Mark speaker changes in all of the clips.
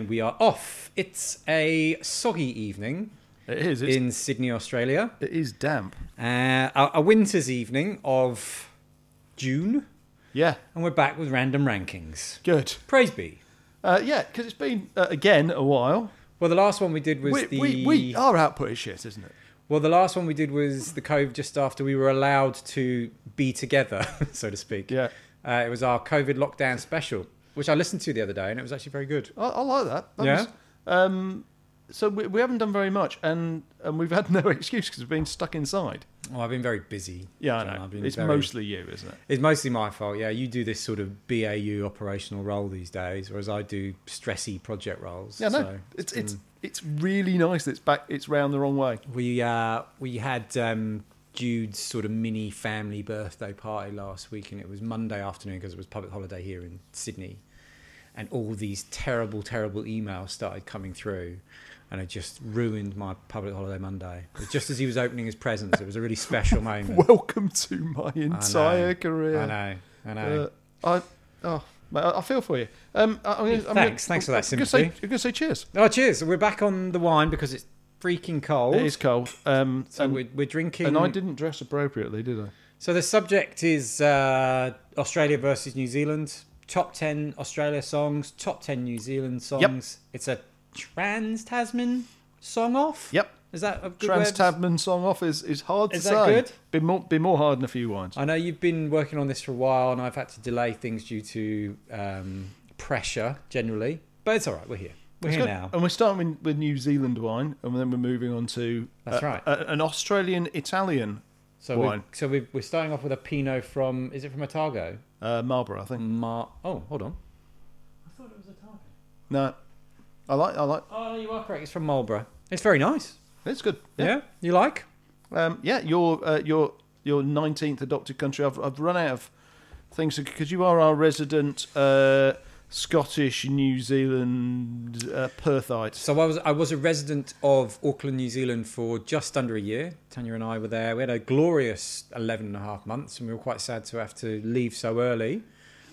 Speaker 1: And we are off. It's a soggy evening
Speaker 2: It is. It's,
Speaker 1: in Sydney, Australia.
Speaker 2: it is damp.
Speaker 1: Uh, a, a winter's evening of June,
Speaker 2: Yeah.
Speaker 1: and we're back with random rankings.
Speaker 2: Good.
Speaker 1: Praise be.
Speaker 2: Uh, yeah, because it's been uh, again a while.
Speaker 1: Well, the last one we did was
Speaker 2: We,
Speaker 1: the
Speaker 2: we, we our output is shit, isn't it?
Speaker 1: well, the last one we did was the Cove just after we were allowed to be together, so to speak.
Speaker 2: Yeah.
Speaker 1: Uh, it was our COVID lockdown special, which I listened to the other day, and it was actually very good.
Speaker 2: I, I like that. that
Speaker 1: Yeah?
Speaker 2: was- um, so we, we haven't done very much, and and we've had no excuse because we've been stuck inside.
Speaker 1: Oh, I've been very busy.
Speaker 2: Yeah,
Speaker 1: John.
Speaker 2: I know.
Speaker 1: I've been
Speaker 2: It's
Speaker 1: very-
Speaker 2: mostly you, isn't it?
Speaker 1: It's mostly my fault. Yeah, you do this sort of BAU operational role these days, whereas I do stressy project roles.
Speaker 2: Yeah, no.
Speaker 1: So
Speaker 2: it's it's it's really nice that it's back. It's round the wrong way.
Speaker 1: we uh, we had um, Jude's sort of mini family birthday party last week, and it was Monday afternoon because it was public holiday here in Sydney, and all these terrible, terrible emails started coming through. And it just ruined my public holiday Monday. It was Just as he was opening his presents, it was a really special moment.
Speaker 2: Welcome to my entire career.
Speaker 1: I know, I know.
Speaker 2: Uh, I oh, mate, I I feel for you. Um, I, I'm gonna, I'm
Speaker 1: Thanks,
Speaker 2: gonna,
Speaker 1: thanks for that
Speaker 2: I'm gonna say,
Speaker 1: sympathy.
Speaker 2: I'm gonna say cheers.
Speaker 1: oh, cheers! We're back on the wine because it's freaking cold.
Speaker 2: It is cold. Um,
Speaker 1: So
Speaker 2: and,
Speaker 1: we're, we're drinking.
Speaker 2: and I didn't dress appropriately, did I?
Speaker 1: So the subject is uh, Australia versus New Zealand. Top ten Australia songs, top ten New Zealand songs. It's a trans Tasman song off.
Speaker 2: Yep.
Speaker 1: Is that a good
Speaker 2: Trans
Speaker 1: word?
Speaker 2: Tasman song off is, is hard
Speaker 1: Is
Speaker 2: to
Speaker 1: that
Speaker 2: say.
Speaker 1: good?
Speaker 2: Be more be more hard than a few wines.
Speaker 1: I know you've been working on this for a while, and I've had to delay things due to um, pressure generally. But it's all right. We're here. We're
Speaker 2: It's
Speaker 1: here
Speaker 2: good. Oh,
Speaker 1: now.
Speaker 2: And we're starting with, with New Zealand wine, and then we're moving on to
Speaker 1: That's
Speaker 2: uh,
Speaker 1: right.
Speaker 2: a- an Australian Italian
Speaker 1: So we
Speaker 2: wine.
Speaker 1: so we we're starting off with a Pinot from. Is it from Otago?
Speaker 2: uh, Marlborough, I think.
Speaker 1: Mar. Oh, hold on. I thought it was Otago.
Speaker 2: No, I like I like.
Speaker 1: Oh, no, you are correct. It's from Marlborough. It's very nice.
Speaker 2: It's good.
Speaker 1: Yeah. You like?
Speaker 2: Um, yeah, your uh, your your nineteenth adopted country. I've I've run out of things because you are our resident uh, Scottish New Zealand uh, Perthite.
Speaker 1: So I was I was a resident of Auckland, New Zealand for just under a year. Tanya and I were there. We had a glorious 11 and a half months and we were quite sad to have to leave so early.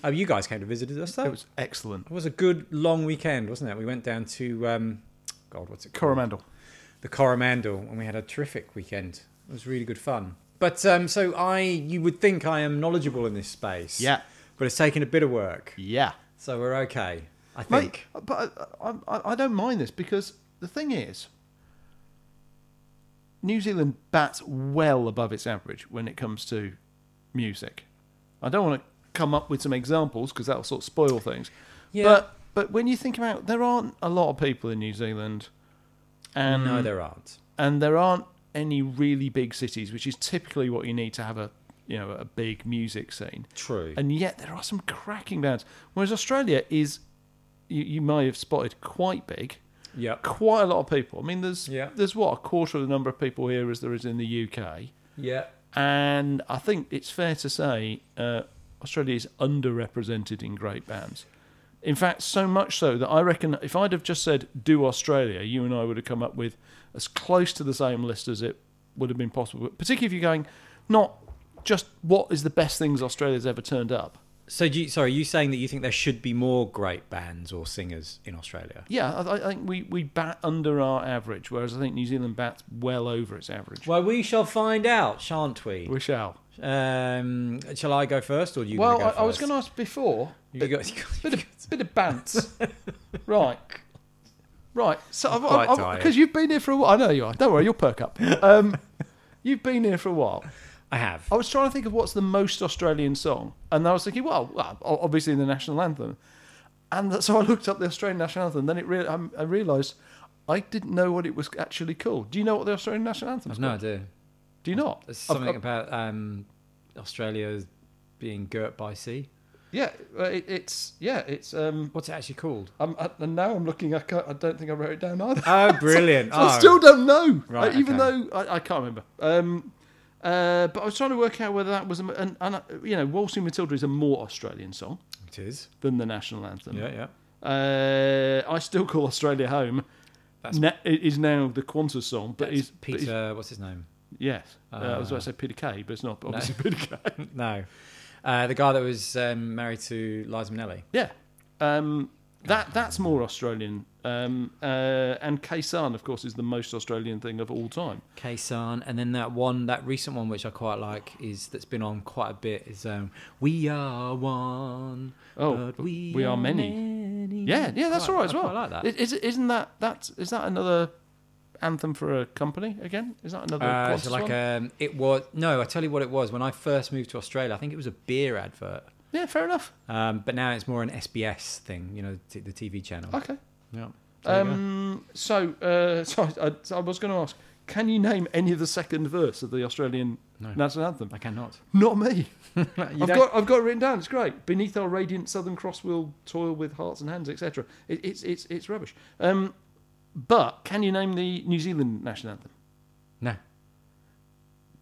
Speaker 1: Uh, you guys came to visit us though.
Speaker 2: It
Speaker 1: It was,
Speaker 2: was excellent.
Speaker 1: a good long weekend, wasn't it? We went down to um, God, what's it called?
Speaker 2: Coromandel.
Speaker 1: the Coromandel, and we had a terrific weekend. It was really good fun. But um, so I, you would think I am knowledgeable in this space.
Speaker 2: Yeah.
Speaker 1: But it's taken a bit of work,
Speaker 2: Yeah,
Speaker 1: so we're okay. I think.
Speaker 2: mate. But I, I, I don't mind this because the thing is, New Zealand bats well above its average when it comes to music. I don't want to come up with some examples because that'll sort of spoil things.
Speaker 1: Yeah.
Speaker 2: But but when you think about there aren't a lot of people in New Zealand and
Speaker 1: no, there aren't.
Speaker 2: and there aren't any really big cities, which is typically what you need to have a you know, a big music scene.
Speaker 1: True.
Speaker 2: And yet there are some cracking bands. Whereas Australia is you, you may have spotted quite big.
Speaker 1: Yep.
Speaker 2: Quite a lot of people. I mean there's
Speaker 1: Yeah.
Speaker 2: there's what, a quarter of the number of people here as there is in the UK.
Speaker 1: Yeah.
Speaker 2: And I think it's fair to say uh, Australia is underrepresented in great bands. In fact, so much so that I reckon if I'd have just said do Australia, you and I would have come up with as close to the same list as it would have been possible. Particularly if you're going not just what is the best things Australia's ever turned up.
Speaker 1: So, do you, sorry, are you saying that you think there should be more great bands or singers in Australia?
Speaker 2: Yeah, I, I think we, we bat under our average, whereas I think New Zealand bats well over its average.
Speaker 1: Well, we shall find out, shan't we?
Speaker 2: we shall.
Speaker 1: Um, shall I go first, or do you?
Speaker 2: Well,
Speaker 1: gonna go
Speaker 2: I, I was
Speaker 1: first?
Speaker 2: going to ask before.
Speaker 1: You go-
Speaker 2: bit of bit of bants. right. Right. So I've,
Speaker 1: quite
Speaker 2: I've,
Speaker 1: tired.
Speaker 2: because you've been here for a while. I know you are. Don't worry, you'll perk up. Um, you've been here for a while.
Speaker 1: I have.
Speaker 2: I was trying to think of what's the most Australian song, and I was thinking, well, well, o- obviously the national anthem. And that- so I looked up the Australian national anthem. Then it rea- I, I realised I didn't know what it was actually called. Do you know what the Australian national anthem is?
Speaker 1: I've no
Speaker 2: called?
Speaker 1: idea.
Speaker 2: Do you not?
Speaker 1: There's
Speaker 2: I've-
Speaker 1: something
Speaker 2: I've-
Speaker 1: about um, Australia being girt by sea.
Speaker 2: yeah, uh, it, it's yeah, it's um.
Speaker 1: What's it actually called?
Speaker 2: I'm, I, and now I'm looking. I, can't, I don't think I wrote it down either.
Speaker 1: Oh, brilliant!
Speaker 2: So I still don't know.
Speaker 1: Right,
Speaker 2: Uh, even
Speaker 1: okay.
Speaker 2: though I, I can't remember. Um, uh, but I was trying to work out whether that was, a, and, and uh, you know, Waltzing Matilda is a more Australian song
Speaker 1: it is.
Speaker 2: than the national anthem.
Speaker 1: Yeah, yeah.
Speaker 2: Uh, I still call Australia home.
Speaker 1: That's-
Speaker 2: Na- it is now the Qantas song, but
Speaker 1: That's
Speaker 2: is
Speaker 1: Peter? Ah. what's his name?
Speaker 2: yes, uh, I was about to say Peter Kay, but it's not obviously Peter Kay.
Speaker 1: No, uh, the guy that was um, married to Liza Minnelli.
Speaker 2: Yeah. Um, That that's more Australian. Um, uh, and Kaysan, of course, is the most Australian thing of all
Speaker 1: Mm-hmm.
Speaker 2: time.
Speaker 1: Kaysan, and then that one, that recent one, which I quite like, is that's been on quite a bit. Is um, we are one.
Speaker 2: Oh,
Speaker 1: but
Speaker 2: but
Speaker 1: we,
Speaker 2: we are many. Yeah, yeah, that's
Speaker 1: Quite-
Speaker 2: all right as
Speaker 1: I
Speaker 2: well.
Speaker 1: quite like that.
Speaker 2: I- Is, isn't that that's is that another anthem for a company again? Is that another?
Speaker 1: Uh,
Speaker 2: Qantas
Speaker 1: so like
Speaker 2: one?
Speaker 1: um, it was no, I tell you what it was when I first moved to Australia. I think it was a beer advert,
Speaker 2: yeah, fair enough.
Speaker 1: um, but now it's more an SBS thing. You know, t- the TV channel.
Speaker 2: Okay.
Speaker 1: Yeah. There you go.
Speaker 2: Um, so, uh, so I, I- I was going to ask, can you name any of the second verse of the Australian
Speaker 1: No.
Speaker 2: national anthem?
Speaker 1: I cannot.
Speaker 2: Not me.
Speaker 1: You
Speaker 2: I've
Speaker 1: don't-
Speaker 2: got, I've got it written down. It's great. Beneath our radiant Southern Cross, we'll toil with hearts and hands, etc. It, it's, it's, it's rubbish. Um, but can you name the New Zealand national anthem?
Speaker 1: no,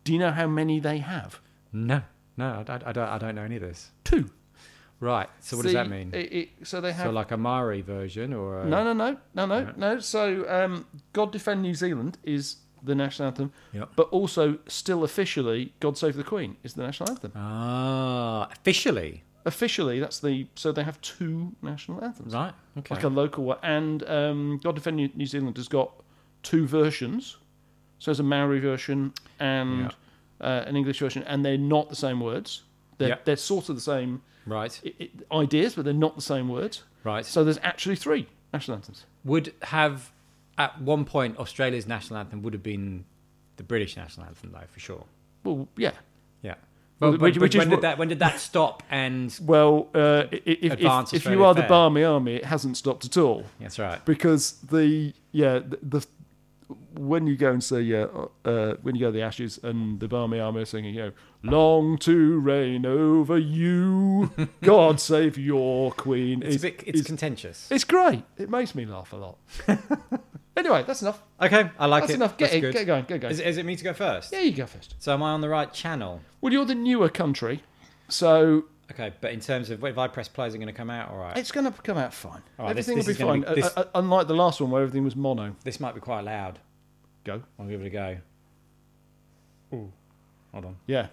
Speaker 2: Do you know how many they have?
Speaker 1: no, no. I, don't- I don't. I don't know any of this.
Speaker 2: Two.
Speaker 1: Right. So what does
Speaker 2: See,
Speaker 1: that mean?
Speaker 2: It, it, so they have
Speaker 1: So like a Maori version or uh, a,
Speaker 2: No, no, no, no, no, no. So, um, God Defend New Zealand is the national anthem,
Speaker 1: Yep.
Speaker 2: but also still officially, God Save the Queen is the national anthem.
Speaker 1: Ah, officially,
Speaker 2: Officially, that's the so they have two national anthems,
Speaker 1: right? Okay.
Speaker 2: like a local one, and um, God Defend New New Zealand has got two versions. So there's a Maori version and uh, an English version, and they're not the same words. They're,
Speaker 1: Yep.
Speaker 2: they're sort of the same
Speaker 1: right,
Speaker 2: i i ideas, but they're not the same words.
Speaker 1: right.
Speaker 2: So there's actually three national anthems.
Speaker 1: would have at one point Australia's national anthem would have been the British national anthem though for sure.
Speaker 2: Well, yeah.
Speaker 1: Yeah.
Speaker 2: Well,
Speaker 1: Well,
Speaker 2: which-
Speaker 1: when,
Speaker 2: which is
Speaker 1: when
Speaker 2: what-
Speaker 1: did that when did that stop? And
Speaker 2: Well, uh, i- i- if, if,
Speaker 1: Advance
Speaker 2: if you
Speaker 1: Australia
Speaker 2: are the
Speaker 1: Fair.
Speaker 2: Barmy Army, it hasn't stopped at all
Speaker 1: that's right.
Speaker 2: because the yeah the, the when you go and see uh, uh, when you go to the Ashes and the Barmy Army are singing you know long to reign over you, God save your Queen.
Speaker 1: It's, a bit, it's
Speaker 2: it's,
Speaker 1: contentious.
Speaker 2: it's great. It makes me laugh a lot. anyway, that's enough.
Speaker 1: Okay, I like
Speaker 2: That's
Speaker 1: it.
Speaker 2: enough. Get
Speaker 1: that's
Speaker 2: it.
Speaker 1: good.
Speaker 2: Get going. Get going.
Speaker 1: Is, is it me to go first?
Speaker 2: yeah, you go first.
Speaker 1: So am I on the right channel?
Speaker 2: Well, you're the newer country, so
Speaker 1: Okay, but in terms of if I press play, is it going to come out all right?
Speaker 2: It's going to come out fine.
Speaker 1: All right, this-
Speaker 2: everything
Speaker 1: this is
Speaker 2: will be
Speaker 1: gonna
Speaker 2: fine.
Speaker 1: be- this-
Speaker 2: Uh, uh, unlike the last one where everything was mono.
Speaker 1: This might be quite loud.
Speaker 2: Go.
Speaker 1: I'll give it a go. Ooh, hold on.
Speaker 2: Yeah.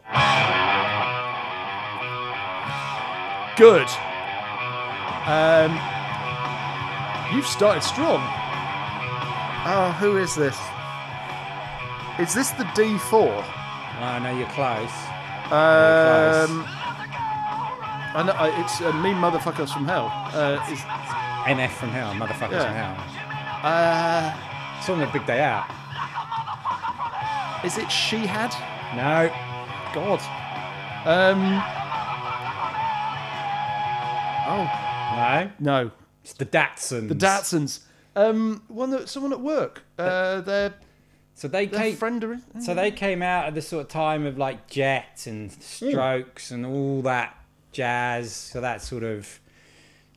Speaker 2: Good. Um, you've started strong. Oh, who is this? Is this the D4?
Speaker 1: Oh no, you're close. Very
Speaker 2: Um, I know, I- it's uh, Mean Motherfuckers from Hell. Uh, is,
Speaker 1: NF from hell, motherfuckers
Speaker 2: Yeah.
Speaker 1: from hell.
Speaker 2: uh,
Speaker 1: It's on the big day out.
Speaker 2: is it She Had?
Speaker 1: No,
Speaker 2: God. Um. Oh
Speaker 1: no.
Speaker 2: no,
Speaker 1: It's the Datsuns.
Speaker 2: the Datsuns. Um, one that someone at work. Uh, their
Speaker 1: So they
Speaker 2: their
Speaker 1: came.
Speaker 2: friend. Or,
Speaker 1: so they came out at the sort of time of like Jet and
Speaker 2: Hmm.
Speaker 1: Strokes and all that jazz. So that sort of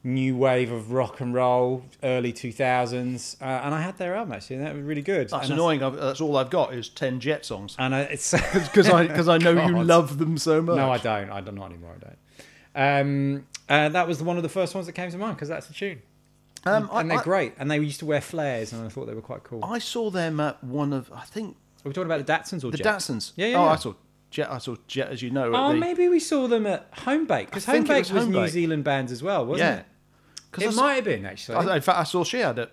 Speaker 1: new wave of rock and roll, early two thousands. Uh, and I had their album actually, and that was really good.
Speaker 2: that's
Speaker 1: and I-
Speaker 2: annoying. I've, that's all I've got is ten Jet songs
Speaker 1: and I, it's
Speaker 2: because I because I know you
Speaker 1: God.
Speaker 2: love them so much.
Speaker 1: no, I don't. I don't not anymore. I don't. Um, uh, that was one of the first ones that came to mind because that's the tune,
Speaker 2: Um, I,
Speaker 1: and they're
Speaker 2: I,
Speaker 1: great. And they used to wear flares, and I thought they were quite cool. Are
Speaker 2: I saw them at one of I think
Speaker 1: we talking about the Datsuns or
Speaker 2: the
Speaker 1: Jet?
Speaker 2: Datsuns.
Speaker 1: Yeah, yeah,
Speaker 2: Oh,
Speaker 1: yeah.
Speaker 2: I saw Jet. I saw Jet as you know. at
Speaker 1: Oh,
Speaker 2: the-
Speaker 1: maybe we saw them at Home Bake because
Speaker 2: I
Speaker 1: Home
Speaker 2: think it
Speaker 1: Bake
Speaker 2: was
Speaker 1: was,
Speaker 2: Home
Speaker 1: New
Speaker 2: Bake.
Speaker 1: Zealand bands as well, wasn't
Speaker 2: Yeah.
Speaker 1: it?
Speaker 2: 'Cause I
Speaker 1: It
Speaker 2: saw-
Speaker 1: might have been actually.
Speaker 2: I, in fact, I saw she had it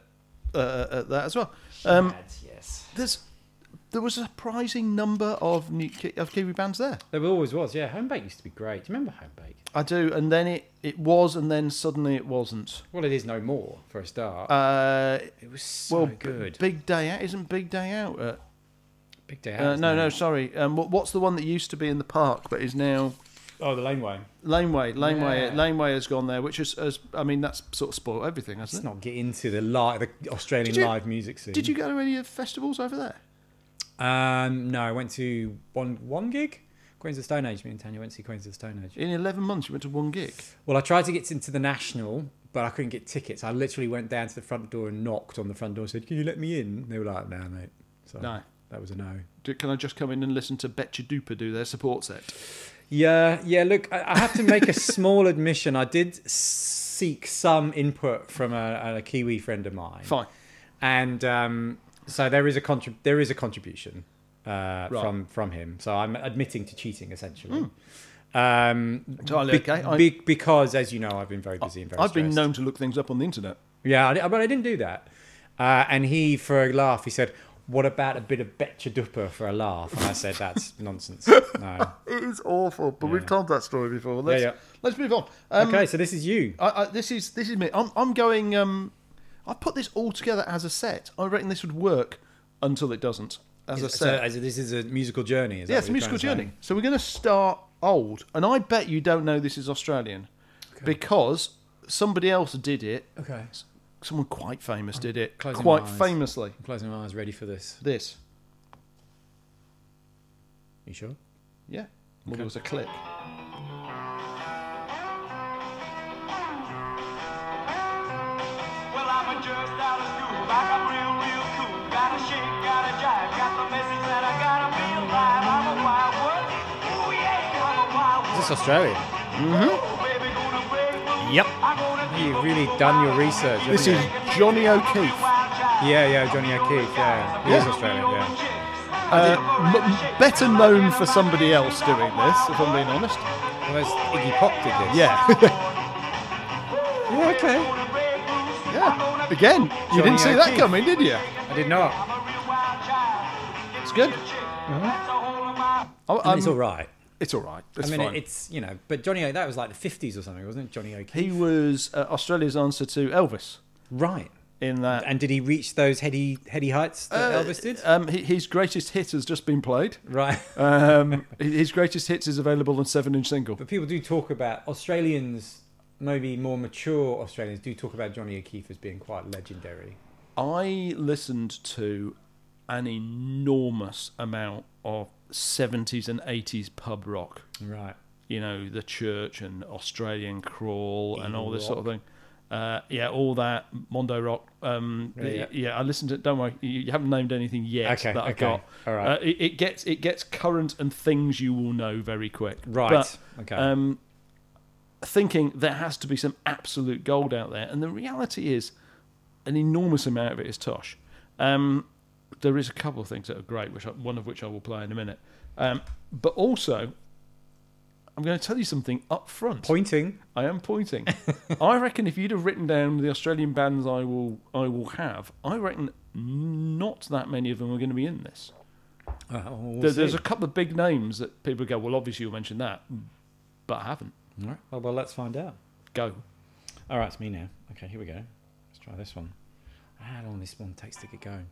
Speaker 2: uh, at that as well. Um,
Speaker 1: yes,
Speaker 2: there's there was a surprising number of new Ki- of Kiwi bands there.
Speaker 1: there always was. Yeah, Home Bake used to be great. Do you remember Home Bake?
Speaker 2: I do, and then it it was, and then suddenly it wasn't.
Speaker 1: Well, it is no more for a start.
Speaker 2: Uh,
Speaker 1: it was so
Speaker 2: well,
Speaker 1: good.
Speaker 2: Big Day Out isn't Big Day Out. Uh,
Speaker 1: Big day out.
Speaker 2: uh,
Speaker 1: isn't
Speaker 2: no,
Speaker 1: it?
Speaker 2: no, sorry. Um, what, what's the one that used to be in the park but is now
Speaker 1: Oh, the Laneway.
Speaker 2: Laneway? Laneway,
Speaker 1: Yeah.
Speaker 2: Laneway has gone there, which is, is I mean, that's sort of spoiled everything, hasn't
Speaker 1: Let's
Speaker 2: it?
Speaker 1: not get into the live, the Australian
Speaker 2: Did you-
Speaker 1: live music scene.
Speaker 2: Did you go to any of the festivals over there?
Speaker 1: Um, no, I went to one one gig. Queens of the Stone Age. Me and Tanya went to see Queens of the Stone Age.
Speaker 2: In eleven months, you went to one gig.
Speaker 1: Well, I tried to get into the national, but I couldn't get tickets. I literally went down to the front door and knocked on the front door and said, "Can you let me in?" They were like, "No, mate." So
Speaker 2: No.
Speaker 1: that was a no.
Speaker 2: Do, can I just come in and listen to Betcha Duper do their support set?
Speaker 1: Yeah, yeah. Look, I, I have to make a small admission. I did seek some input from a, a Kiwi friend of mine,
Speaker 2: Fine.
Speaker 1: and um, so there is a contrib- there is a contribution uh,
Speaker 2: Right.
Speaker 1: from from him. So I'm admitting to cheating essentially. Um,
Speaker 2: Entirely
Speaker 1: be-
Speaker 2: Hmm. okay. I-
Speaker 1: be- because, as you know, I've been very busy and very
Speaker 2: I've been
Speaker 1: stressed.
Speaker 2: known to look things up on the internet.
Speaker 1: Yeah, I di- but I didn't do that. Uh, and he, for a laugh, he said, "What about a bit of betcha duper for a laugh?" And I said, "That's nonsense." No.
Speaker 2: It is awful, but
Speaker 1: Yeah.
Speaker 2: we've told that story before. Let's,
Speaker 1: yeah.
Speaker 2: let's move on. Um,
Speaker 1: Okay, so this is you.
Speaker 2: I, I, this is this is me. I'm I'm going. Um, I put this all together as a set. I reckon this would work until it doesn't. As a
Speaker 1: So,
Speaker 2: set.
Speaker 1: as- this is a musical journey. Is that
Speaker 2: yeah, it's a
Speaker 1: what you're
Speaker 2: musical
Speaker 1: trying to
Speaker 2: journey. So we're going to start old, and I bet you don't know this is Australian, because somebody else did it.
Speaker 1: say? Okay.
Speaker 2: S- Someone quite famous did it.
Speaker 1: closing
Speaker 2: Quite
Speaker 1: my eyes.
Speaker 2: famously.
Speaker 1: I'm closing my eyes, ready for this.
Speaker 2: This.
Speaker 1: You sure?
Speaker 2: Yeah. Well, there was a click.
Speaker 3: Well, I'm a just out of school, back up real, real cool. Gotta shake, gotta jive, got the message that I gotta be alive. I'm a wild one. Ooh, yeah, I'm a wild one.
Speaker 1: Is this Australia?
Speaker 3: Baby, gonna break loose.
Speaker 2: Yep.
Speaker 3: I'm gonna keep
Speaker 1: You've
Speaker 3: a
Speaker 1: really
Speaker 3: super
Speaker 1: done your
Speaker 3: wild-
Speaker 1: research. haven't
Speaker 2: This
Speaker 1: you?
Speaker 2: is Johnny O'Keefe.
Speaker 3: wild child.
Speaker 1: Yeah, yeah, Johnny O'Keefe. Yeah, he is
Speaker 2: Yeah.
Speaker 1: Australian. Yeah.
Speaker 2: Uh, m- better known for somebody else doing this, if I'm being honest.
Speaker 1: Well, that's Iggy Pop did this.
Speaker 2: Yeah.
Speaker 1: Yeah. Okay.
Speaker 2: yeah. Again, you didn't see that
Speaker 1: O'Keefe.
Speaker 2: coming, did you?
Speaker 1: I did not.
Speaker 2: It's good. I-
Speaker 1: And it's
Speaker 2: I'm-
Speaker 1: all right.
Speaker 2: It's all right.
Speaker 1: I
Speaker 2: Um, It's
Speaker 1: mean,
Speaker 2: fine.
Speaker 1: it's you know, but Johnny, O- that was like the fifties or something, wasn't it? Johnny O'Keefe.
Speaker 2: he was uh, Australia's answer to Elvis
Speaker 1: Right.
Speaker 2: in that.
Speaker 1: And did he reach those heady heady heights that
Speaker 2: Uh,
Speaker 1: Elvis did?
Speaker 2: Um, hi- his greatest hit has just been played.
Speaker 1: right.
Speaker 2: Um, hi- his greatest hits is available on seven-inch single.
Speaker 1: But people do talk about Australians, maybe more mature Australians, do talk about Johnny O'Keefe as being quite legendary.
Speaker 2: I listened to an enormous amount of seventies and eighties pub rock.
Speaker 1: Right.
Speaker 2: you know, the church and Australian crawl and all this sort of thing. Uh, yeah, all that Mondo Rock. Um,
Speaker 1: Yeah, yeah.
Speaker 2: yeah, I listened to. Don't worry, you, you haven't named anything yet
Speaker 1: Okay,
Speaker 2: that I
Speaker 1: okay,
Speaker 2: got.
Speaker 1: all right.
Speaker 2: Uh, it, it gets it gets current and things you will know very quick.
Speaker 1: Right,
Speaker 2: But,
Speaker 1: okay.
Speaker 2: Um, thinking there has to be some absolute gold out there, and the reality is, an enormous amount of it is tosh. Um, there is a couple of things that are great, which I, one of which I will play in a minute. Um, but also, I'm going to tell you something up front.
Speaker 1: Pointing.
Speaker 2: I am pointing. I reckon if you'd have written down the Australian bands I will I will have, I reckon not that many of them are going to be in this.
Speaker 1: Uh, we'll
Speaker 2: There, there's
Speaker 1: see.
Speaker 2: a couple of big names that people go, well, obviously you'll mention that, but I haven't.
Speaker 1: All right. Well, well, let's find out.
Speaker 2: Go.
Speaker 1: All right, it's me now. Okay, here we go. Let's try this one. How long this one takes to get going?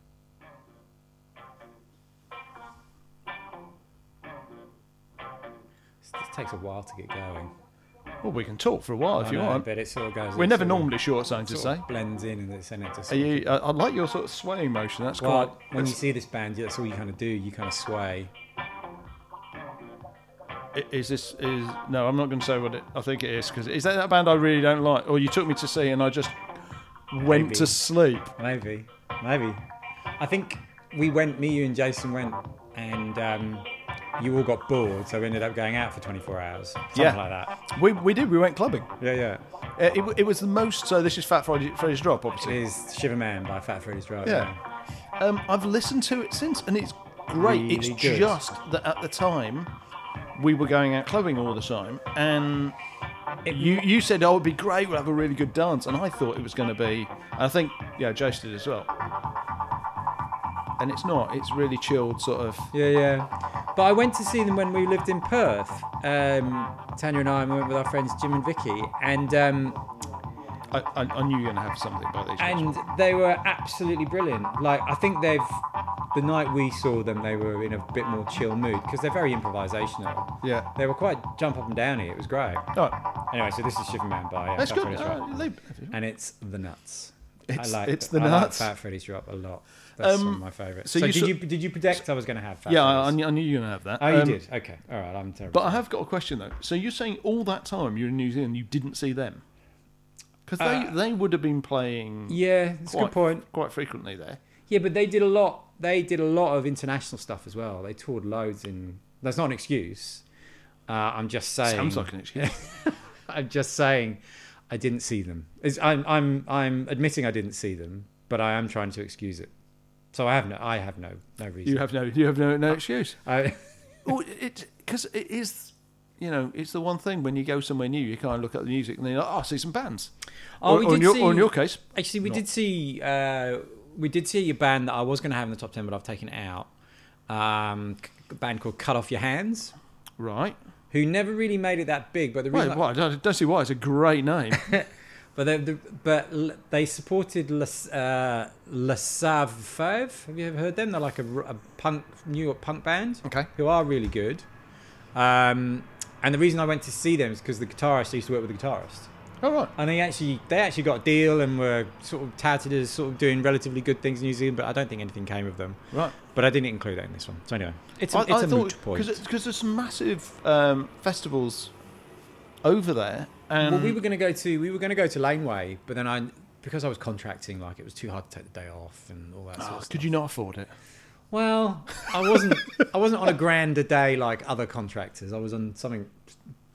Speaker 1: This this takes a while to get going.
Speaker 2: Well, we can talk for a while if
Speaker 1: I
Speaker 2: you
Speaker 1: know,
Speaker 2: want.
Speaker 1: but it sort of goes.
Speaker 2: We're
Speaker 1: it sort
Speaker 2: never
Speaker 1: of-
Speaker 2: normally short something to
Speaker 1: sort
Speaker 2: say.
Speaker 1: of blends in and it's in it. Just
Speaker 2: Are you, uh, I, I like your sort of swaying motion. That's
Speaker 1: well,
Speaker 2: quite.
Speaker 1: when you see this band, that's all you kind of do. You kind of sway.
Speaker 2: I- Is this is no? I'm not going to say what it, I think it is because is that that band I really don't like, or you took me to see and I just went
Speaker 1: Maybe.
Speaker 2: to sleep.
Speaker 1: Maybe, maybe. I think we went. Me, you, and Jason went, and um, you all got bored, so we ended up going out for 24 hours, something
Speaker 2: Yeah.
Speaker 1: like that.
Speaker 2: We we did. We went clubbing.
Speaker 1: Yeah, yeah.
Speaker 2: Uh, it, w- it was the most. So this is Fat Friday, Freddy's Drop,
Speaker 1: It
Speaker 2: obviously.
Speaker 1: is Shiver Man by Fat Freddy's Drive.
Speaker 2: Yeah. Um, I've listened to it since, and it's great. it's
Speaker 1: Really good.
Speaker 2: just that at the time we were going out clubbing all the time, and you you said, "Oh, it'd be great. We'll have a really good dance." And I thought it was going to be. And I think yeah, Jace did as well. And it's not. It's really chilled, sort of.
Speaker 1: Yeah, yeah. But I went to see them when we lived in Perth. Um, Tanya and I went with our friends Jim and Vicky, and um,
Speaker 2: I, I, I knew you were going to have something by these. times.
Speaker 1: and they were absolutely brilliant. Like I think they've the night we saw them, they were in a bit more chill mood because they're very improvisational.
Speaker 2: Yeah.
Speaker 1: They were quite jump up and downy. It was great.
Speaker 2: All right.
Speaker 1: Anyway, so this is Shiver Man by uh,
Speaker 2: That's
Speaker 1: Fat
Speaker 2: good.
Speaker 1: Freddy's
Speaker 2: All
Speaker 1: Drop.
Speaker 2: right, leave-
Speaker 1: and it's the nuts.
Speaker 2: It's-
Speaker 1: I like
Speaker 2: it's the
Speaker 1: I like
Speaker 2: nuts.
Speaker 1: Fat Freddy's Drop a lot. That's one
Speaker 2: Um,
Speaker 1: of my favourites. So,
Speaker 2: so you
Speaker 1: did
Speaker 2: saw-
Speaker 1: you did you predict I was going to have Fat
Speaker 2: Yeah, I, I
Speaker 1: Freddy's?
Speaker 2: knew I knew you were going to have that.
Speaker 1: oh, you
Speaker 2: Um,
Speaker 1: did. Okay, all right. I'm terrible.
Speaker 2: But I have got a question though. So you're saying all that time you're in New Zealand, you didn't see them because they they would have been playing.
Speaker 1: yeah, that's
Speaker 2: quite,
Speaker 1: a good point.
Speaker 2: Quite frequently there.
Speaker 1: Yeah, but they did a lot. They did a lot of international stuff as well. They toured loads in. That's not an excuse. Uh, I'm just saying.
Speaker 2: Sounds like an excuse.
Speaker 1: I'm just saying. I didn't see them. It's, I'm I'm I'm admitting I didn't see them, but I am trying to excuse it. So I have no I have no no reason.
Speaker 2: Uh, you have no you have no no excuse.
Speaker 1: I,
Speaker 2: Oh, it because it is. you know, it's the one thing when you go somewhere new, you kind of look at the music and then you're like, oh, I see some bands.
Speaker 1: Oh,
Speaker 2: or,
Speaker 1: we
Speaker 2: or in
Speaker 1: did
Speaker 2: your,
Speaker 1: see-
Speaker 2: or in your case,
Speaker 1: Actually, we
Speaker 2: Not-
Speaker 1: did see uh, we did see a band that I was going to have in the top ten, but I've taken it out. Um, c- a band called Cut Off Your Hands,
Speaker 2: right?
Speaker 1: who never really made it that big, but the
Speaker 2: Right,
Speaker 1: reason,
Speaker 2: well, I don't, I don't see why. It's a great name.
Speaker 1: but they, the, but l- they supported Les uh, Les Savve Five. Have you ever heard them? They're like a, r- a punk New York punk band.
Speaker 2: okay.
Speaker 1: who are really good. Um, and the reason I went to see them is because the guitarist used to work with the guitarist,
Speaker 2: All right.
Speaker 1: and they actually they actually got a deal and were sort of touted as sort of doing relatively good things in New Zealand, but I don't think anything came of them.
Speaker 2: Right.
Speaker 1: But I didn't include that in this one. So anyway, it's a,
Speaker 2: I-
Speaker 1: it's
Speaker 2: I
Speaker 1: a moot
Speaker 2: thought-
Speaker 1: point.
Speaker 2: Cause, it- 'cause there's some massive um, festivals over there. And
Speaker 1: well, we were going to go to we were going to go to Laneway, but then I because I was contracting, like it was too hard to take the day off and all that. sort
Speaker 2: Oh,
Speaker 1: of stuff.
Speaker 2: could you not afford it?
Speaker 1: Well, I wasn't. I wasn't on a grand a day like other contractors. I was on something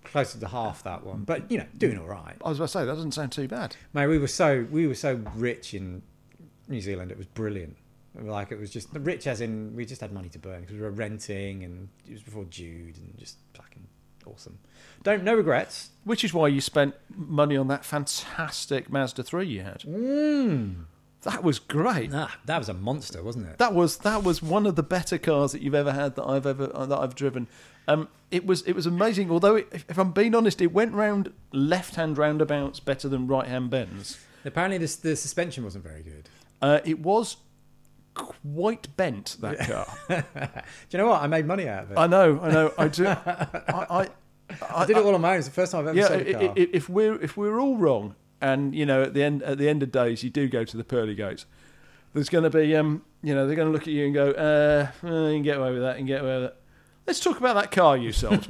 Speaker 1: closer to half that one, but you know, doing all right.
Speaker 2: I was about to say, that doesn't sound too bad.
Speaker 1: Mate, we were so we were so rich in New Zealand. It was brilliant. Like it was just rich, as in we just had money to burn because we were renting, and it was before Jude, and just fucking awesome. Don't no regrets.
Speaker 2: Which is why you spent money on that fantastic Mazda 3 you had. Mm. That was great.
Speaker 1: Nah, Ah, that was a monster, wasn't it?
Speaker 2: That was that was one of the better cars that you've ever had that I've ever uh, that I've driven. Um, it was it was amazing. Although, it, if if I'm being honest, it went round left-hand roundabouts better than right-hand bends.
Speaker 1: Apparently, this the suspension wasn't very good.
Speaker 2: Uh, it was quite bent that car.
Speaker 1: Do you know what? I made money out of it. I,
Speaker 2: I know, I know, I do. I, I, I
Speaker 1: did it all on my own. It's the first time I've ever
Speaker 2: yeah.
Speaker 1: sold a car.
Speaker 2: i- i- i- If we're if we're all wrong, and you know, at the end at the end of days, you do go to the pearly gates. There's going to be, um, you know, they're going to look at you and go, uh, uh, you can get away with that, you can get away with that. Let's talk about that car you sold.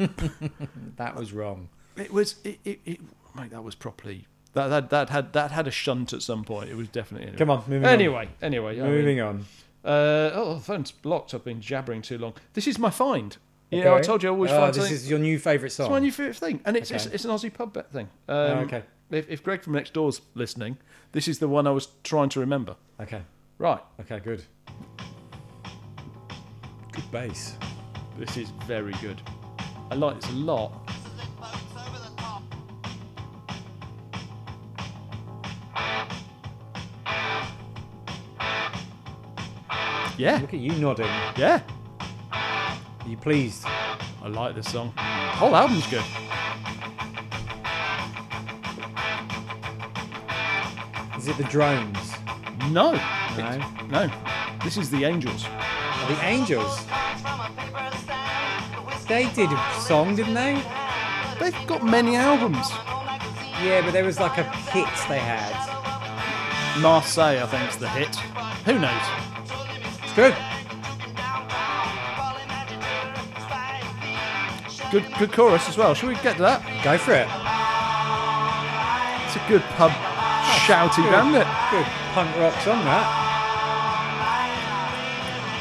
Speaker 1: that was wrong.
Speaker 2: it was, it, it, it, mate, that was properly. That, that that had that had a shunt at some point. It was definitely.
Speaker 1: Come on, moving on.
Speaker 2: Anyway, anyway, I mean-
Speaker 1: Moving on.
Speaker 2: Uh, oh, the phone's blocked. I've been jabbering too long. This is my find. Yeah, I told you I always
Speaker 1: oh,
Speaker 2: find
Speaker 1: this
Speaker 2: something.
Speaker 1: is your new favourite song.
Speaker 2: It's my new favourite thing, and it's, it's
Speaker 1: Okay.
Speaker 2: it's an Aussie pub bet thing. Um,
Speaker 1: okay.
Speaker 2: If, if Greg from next door's listening, this is the one I was trying to remember.
Speaker 1: Okay.
Speaker 2: Right.
Speaker 1: Okay. Good. Good bass.
Speaker 2: This is very good. I like this a lot. Yeah.
Speaker 1: Look at you nodding.
Speaker 2: Yeah.
Speaker 1: Are you pleased?
Speaker 2: I like this song. Whole album's good.
Speaker 1: Is it the drones?
Speaker 2: No. It's- No. This is the Angels.
Speaker 1: Are the angels? They did a song, didn't they?
Speaker 2: They've got many albums.
Speaker 1: Yeah, but there was like a hit they had.
Speaker 2: Marseille, I think, is the hit. Who knows?
Speaker 1: It's good.
Speaker 2: Good, good chorus as well. Should we get to that?
Speaker 1: Go for it.
Speaker 2: It's a good pub shouty
Speaker 1: Good.
Speaker 2: band. It.
Speaker 1: Good punk rock song that.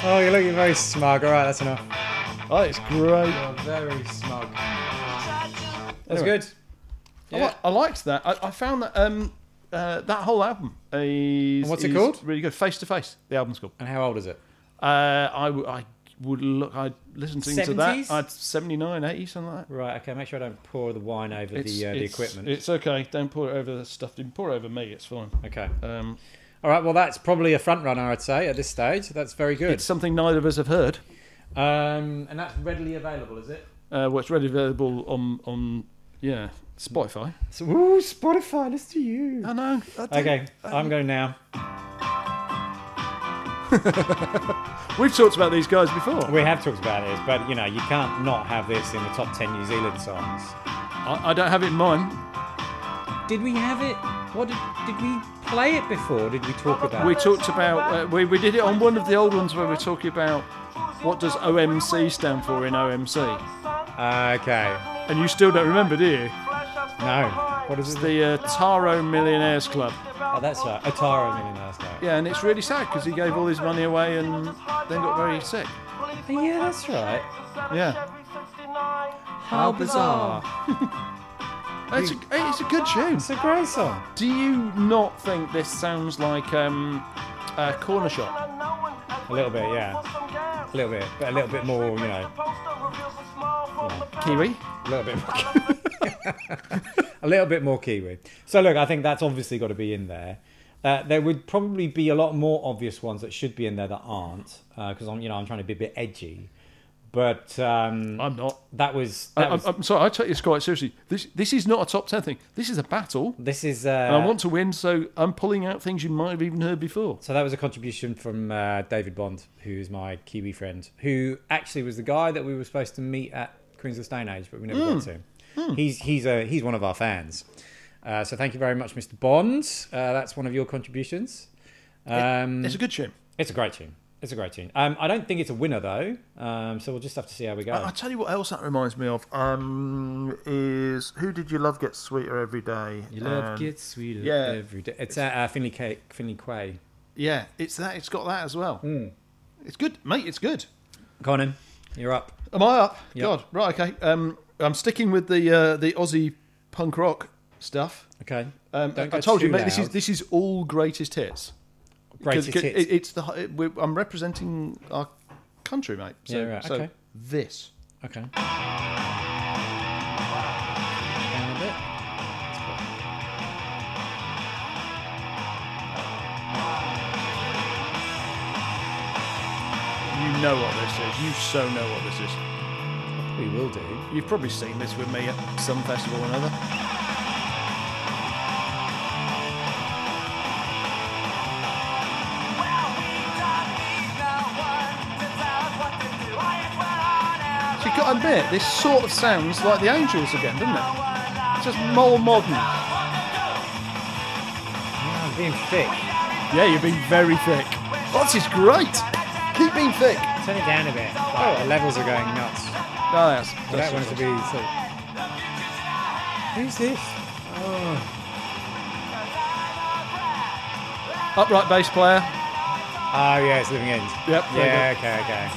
Speaker 1: Oh, you're looking very smug. All right, that's enough.
Speaker 2: Oh, it's great.
Speaker 1: You're very smug. That's
Speaker 2: Anyway.
Speaker 1: good. Oh,
Speaker 2: I, li- I liked that. I, I found that um, uh, that whole album is
Speaker 1: And what's it
Speaker 2: is
Speaker 1: called?
Speaker 2: Really good. Face to face. The album's called.
Speaker 1: And how old is it?
Speaker 2: Uh, I, w- I would look. I would listen to things to that.
Speaker 1: 70s?
Speaker 2: I'd 79, 80, something like that.
Speaker 1: Right. Okay. Make sure I don't pour the wine over the uh, the equipment.
Speaker 2: It's okay. Don't pour it over the stuff. Don't pour it over me. It's fine.
Speaker 1: okay.
Speaker 2: Um,
Speaker 1: All right. Well, that's probably a front runner, I'd say, at this stage. That's very good.
Speaker 2: it's something neither of us have heard.
Speaker 1: Um, and that's readily available, is it?
Speaker 2: Uh, well, it's readily available on on yeah Spotify.
Speaker 1: So, ooh, Spotify, listen to you.
Speaker 2: I know. I do.
Speaker 1: Okay, I'm going now.
Speaker 2: We've talked about these guys before.
Speaker 1: We have talked about this, but you know, you can't not have this in the top 10 New Zealand songs.
Speaker 2: I, I don't have it in mind.
Speaker 1: Did we have it? What did, did we play it before? Did we talk about
Speaker 2: We
Speaker 1: it?
Speaker 2: talked about uh, we we did it on one of the old ones where we we're talking about what does OMC stand for in OMC,
Speaker 1: Okay,
Speaker 2: and you still don't remember, do you?
Speaker 1: no. What is
Speaker 2: It's
Speaker 1: it?
Speaker 2: the uh, Taro Millionaires Club.
Speaker 1: Oh, that's right. Atara Millionaire's Night.
Speaker 2: Yeah, and it's really sad because he gave all his money away and then got very sick.
Speaker 1: Yeah. that's right.
Speaker 2: Yeah.
Speaker 1: How
Speaker 2: it's a it's a good tune.
Speaker 1: It's a great song.
Speaker 2: Do you not think this sounds like um, a corner shop?
Speaker 1: A little bit, yeah. A little bit, but a little bit more, you know.
Speaker 2: Kiwi.
Speaker 1: A little bit more. a little bit more Kiwi. So look, I think that's obviously got to be in there. Uh, there would probably be a lot more obvious ones that should be in there that aren't, because I'm, you know, I'm trying to be a bit edgy. But um,
Speaker 2: I'm not.
Speaker 1: that was
Speaker 2: I,
Speaker 1: that was.
Speaker 2: Uh, I'm, I'm sorry. I take this quite seriously. This this is not a top ten thing. This is a battle,
Speaker 1: this is. Uh,
Speaker 2: and I want to win. So I'm pulling out things you might have even heard before.
Speaker 1: So that was a contribution from uh, David Bond, who is my Kiwi friend, who actually was the guy that we were supposed to meet at Queens of the Stone Age, but we never got to. He's he's a he's one of our fans. Uh, so thank you very much, Mr. Bond. Uh, that's one of your contributions. Um,
Speaker 2: It's a good tune.
Speaker 1: it's a great tune. It's a great tune. Um, I don't think it's a winner though, um, so we'll just have to see how we go.
Speaker 2: Uh-uh.
Speaker 4: I tell you what else that reminds me of um, is who did you love gets sweeter every day?
Speaker 1: Your love
Speaker 4: Um,
Speaker 1: gets sweeter
Speaker 4: yeah.
Speaker 1: every day. It's at uh, Finley K- Finley Quay.
Speaker 4: Yeah, it's that. It's got that as well.
Speaker 1: Hmm.
Speaker 4: It's good, mate. It's good.
Speaker 1: Conan, you're up.
Speaker 2: Am I up?
Speaker 1: Yep.
Speaker 2: God, right, okay. Um, I'm sticking with the uh, the Aussie punk rock stuff.
Speaker 1: Okay.
Speaker 2: Um,
Speaker 1: Don't
Speaker 2: I
Speaker 1: go
Speaker 2: told you,
Speaker 1: too
Speaker 2: mate. This
Speaker 1: loud.
Speaker 2: is this is all greatest hits. 'Cause-
Speaker 1: Greatest
Speaker 2: 'cause
Speaker 1: hits.
Speaker 2: It, it's the hi- we're, I'm representing our country, mate. So,
Speaker 1: Yeah, right,
Speaker 2: so
Speaker 1: okay.
Speaker 2: this.
Speaker 1: Okay. Down a bit. That's cool.
Speaker 2: You know what this is. You so know what this is.
Speaker 1: We will do.
Speaker 2: You've probably seen this with me at some festival or another. So you've got to admit, this sort of sounds like the Angels again, doesn't it? It's just more modern.
Speaker 1: Ah, being thick.
Speaker 2: Yeah, you're being very thick. Oh, this is great. Keep being thick.
Speaker 1: Turn it down a bit. Oh, the levels are going nuts.
Speaker 2: No, that's,
Speaker 1: So that one's to be so. Who's this?
Speaker 2: upright bass player.
Speaker 1: Oh yeah, it's Living End.
Speaker 2: Yep. there
Speaker 1: Yeah.
Speaker 2: you
Speaker 1: Okay. Okay.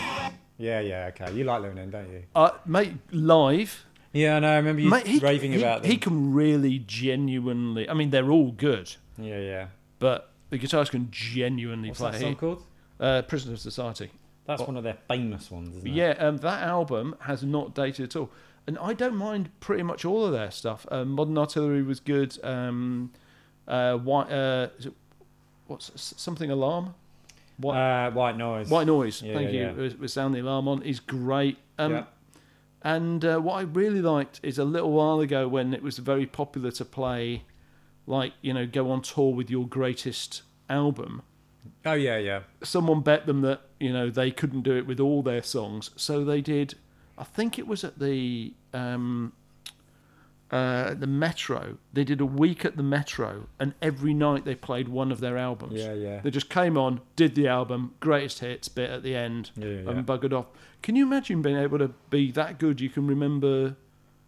Speaker 1: Yeah. Yeah. Okay. You like Living End, don't you?
Speaker 2: go. Uh, mate, live.
Speaker 1: Yeah. No, I remember you
Speaker 2: Mate, he,
Speaker 1: raving
Speaker 2: he-
Speaker 1: about them.
Speaker 2: He can really genuinely. I mean, they're all good,
Speaker 1: yeah. Yeah.
Speaker 2: but the guitars can genuinely
Speaker 1: What's
Speaker 2: play.
Speaker 1: that song called?
Speaker 2: Uh, Prisoner of Society.
Speaker 1: That's one of their famous ones, isn't it?
Speaker 2: Yeah, um, that album has not dated at all. And I don't mind pretty much all of their stuff. Um, Modern Artillery was good. Um, uh, white, uh, is it, what's s- something alarm? What,
Speaker 1: Uh, White Noise.
Speaker 2: White Noise.
Speaker 1: Yeah,
Speaker 2: thank
Speaker 1: yeah,
Speaker 2: you.
Speaker 1: yeah.
Speaker 2: Was, was Sound the Alarm on is great. Um,
Speaker 1: Yeah.
Speaker 2: And uh, what I really liked is a little while ago when it was very popular to play, like you know, go on tour with your greatest album.
Speaker 1: Oh yeah. Yeah.
Speaker 2: Someone bet them that you know they couldn't do it with all their songs, so they did. I think it was at the um, uh, the Metro. They did a week at the Metro, and every night they played one of their albums.
Speaker 1: Yeah, yeah.
Speaker 2: They just came on, did the album, greatest hits bit at the end,
Speaker 1: Yeah, yeah,
Speaker 2: and
Speaker 1: yeah.
Speaker 2: buggered off. Can you imagine being able to be that good? You can remember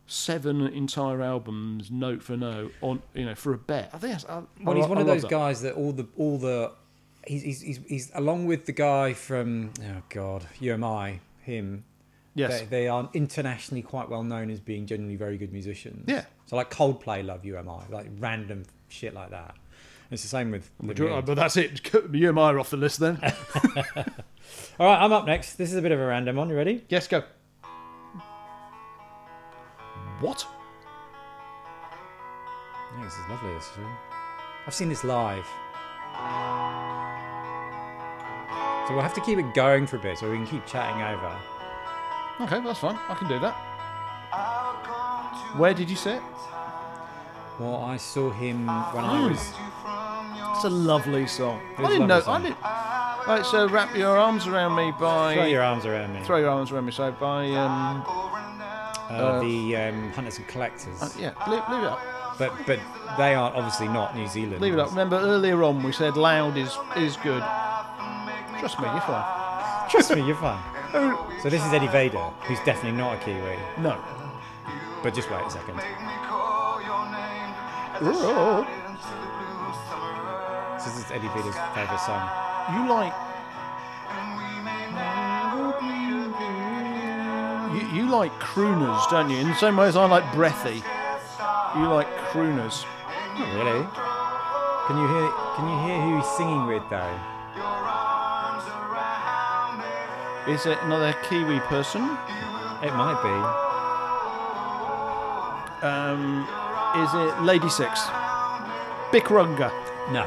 Speaker 2: seven entire albums, note for note, on you know for a bet. I think that's, I,
Speaker 1: Well,
Speaker 2: I
Speaker 1: he's
Speaker 2: lo-
Speaker 1: one
Speaker 2: I
Speaker 1: of
Speaker 2: love
Speaker 1: those
Speaker 2: that.
Speaker 1: guys that all the all the he's he's he's, he's along with the guy from oh god UMI him.
Speaker 2: Yes.
Speaker 1: They, they are internationally quite well known as being generally very good musicians.
Speaker 2: Yeah.
Speaker 1: So like Coldplay love UMI, like random shit like that. It's the same with. with
Speaker 2: Do you-
Speaker 1: me.
Speaker 2: but that's it. Cut You and I are off the list then.
Speaker 1: All right, I'm up next. This is a bit of a random one. You ready?
Speaker 2: yes, go. What?
Speaker 1: Yeah, this is lovely. This is I've seen this live. So we'll have to keep it going for a bit, so we can keep chatting over.
Speaker 2: Okay, that's fine. I can do that. Where did you sit?
Speaker 1: Well, I saw him when I was
Speaker 2: It's a lovely song.
Speaker 1: is
Speaker 2: I
Speaker 1: a
Speaker 2: didn't know.
Speaker 1: lovely song.
Speaker 2: I didn't. Right, so wrap your arms around me by.
Speaker 1: Throw your arms around me.
Speaker 2: Throw your arms around me. So by. Um,
Speaker 1: uh, the um, hunters and collectors.
Speaker 2: uh, yeah, leave, leave it up.
Speaker 1: But but they aren't obviously not New Zealand.
Speaker 2: Leave it up. Remember earlier on we said loud is is good. Trust me, you're fine.
Speaker 1: Trust me, you're fine. So this is Eddie Vader, who's definitely not a Kiwi.
Speaker 2: Oh, No.
Speaker 1: But just wait a second.
Speaker 2: Oh,
Speaker 1: So this is Eddie Vader's favourite song.
Speaker 2: You like. You, you like crooners, don't you? In the same way as I like breathy. You like crooners.
Speaker 1: Not really. Can you hear? Can you hear who he's singing with though?
Speaker 2: Is it another Kiwi person?
Speaker 1: It might be.
Speaker 2: Um, is it Lady Six? Bikrunga.
Speaker 1: No.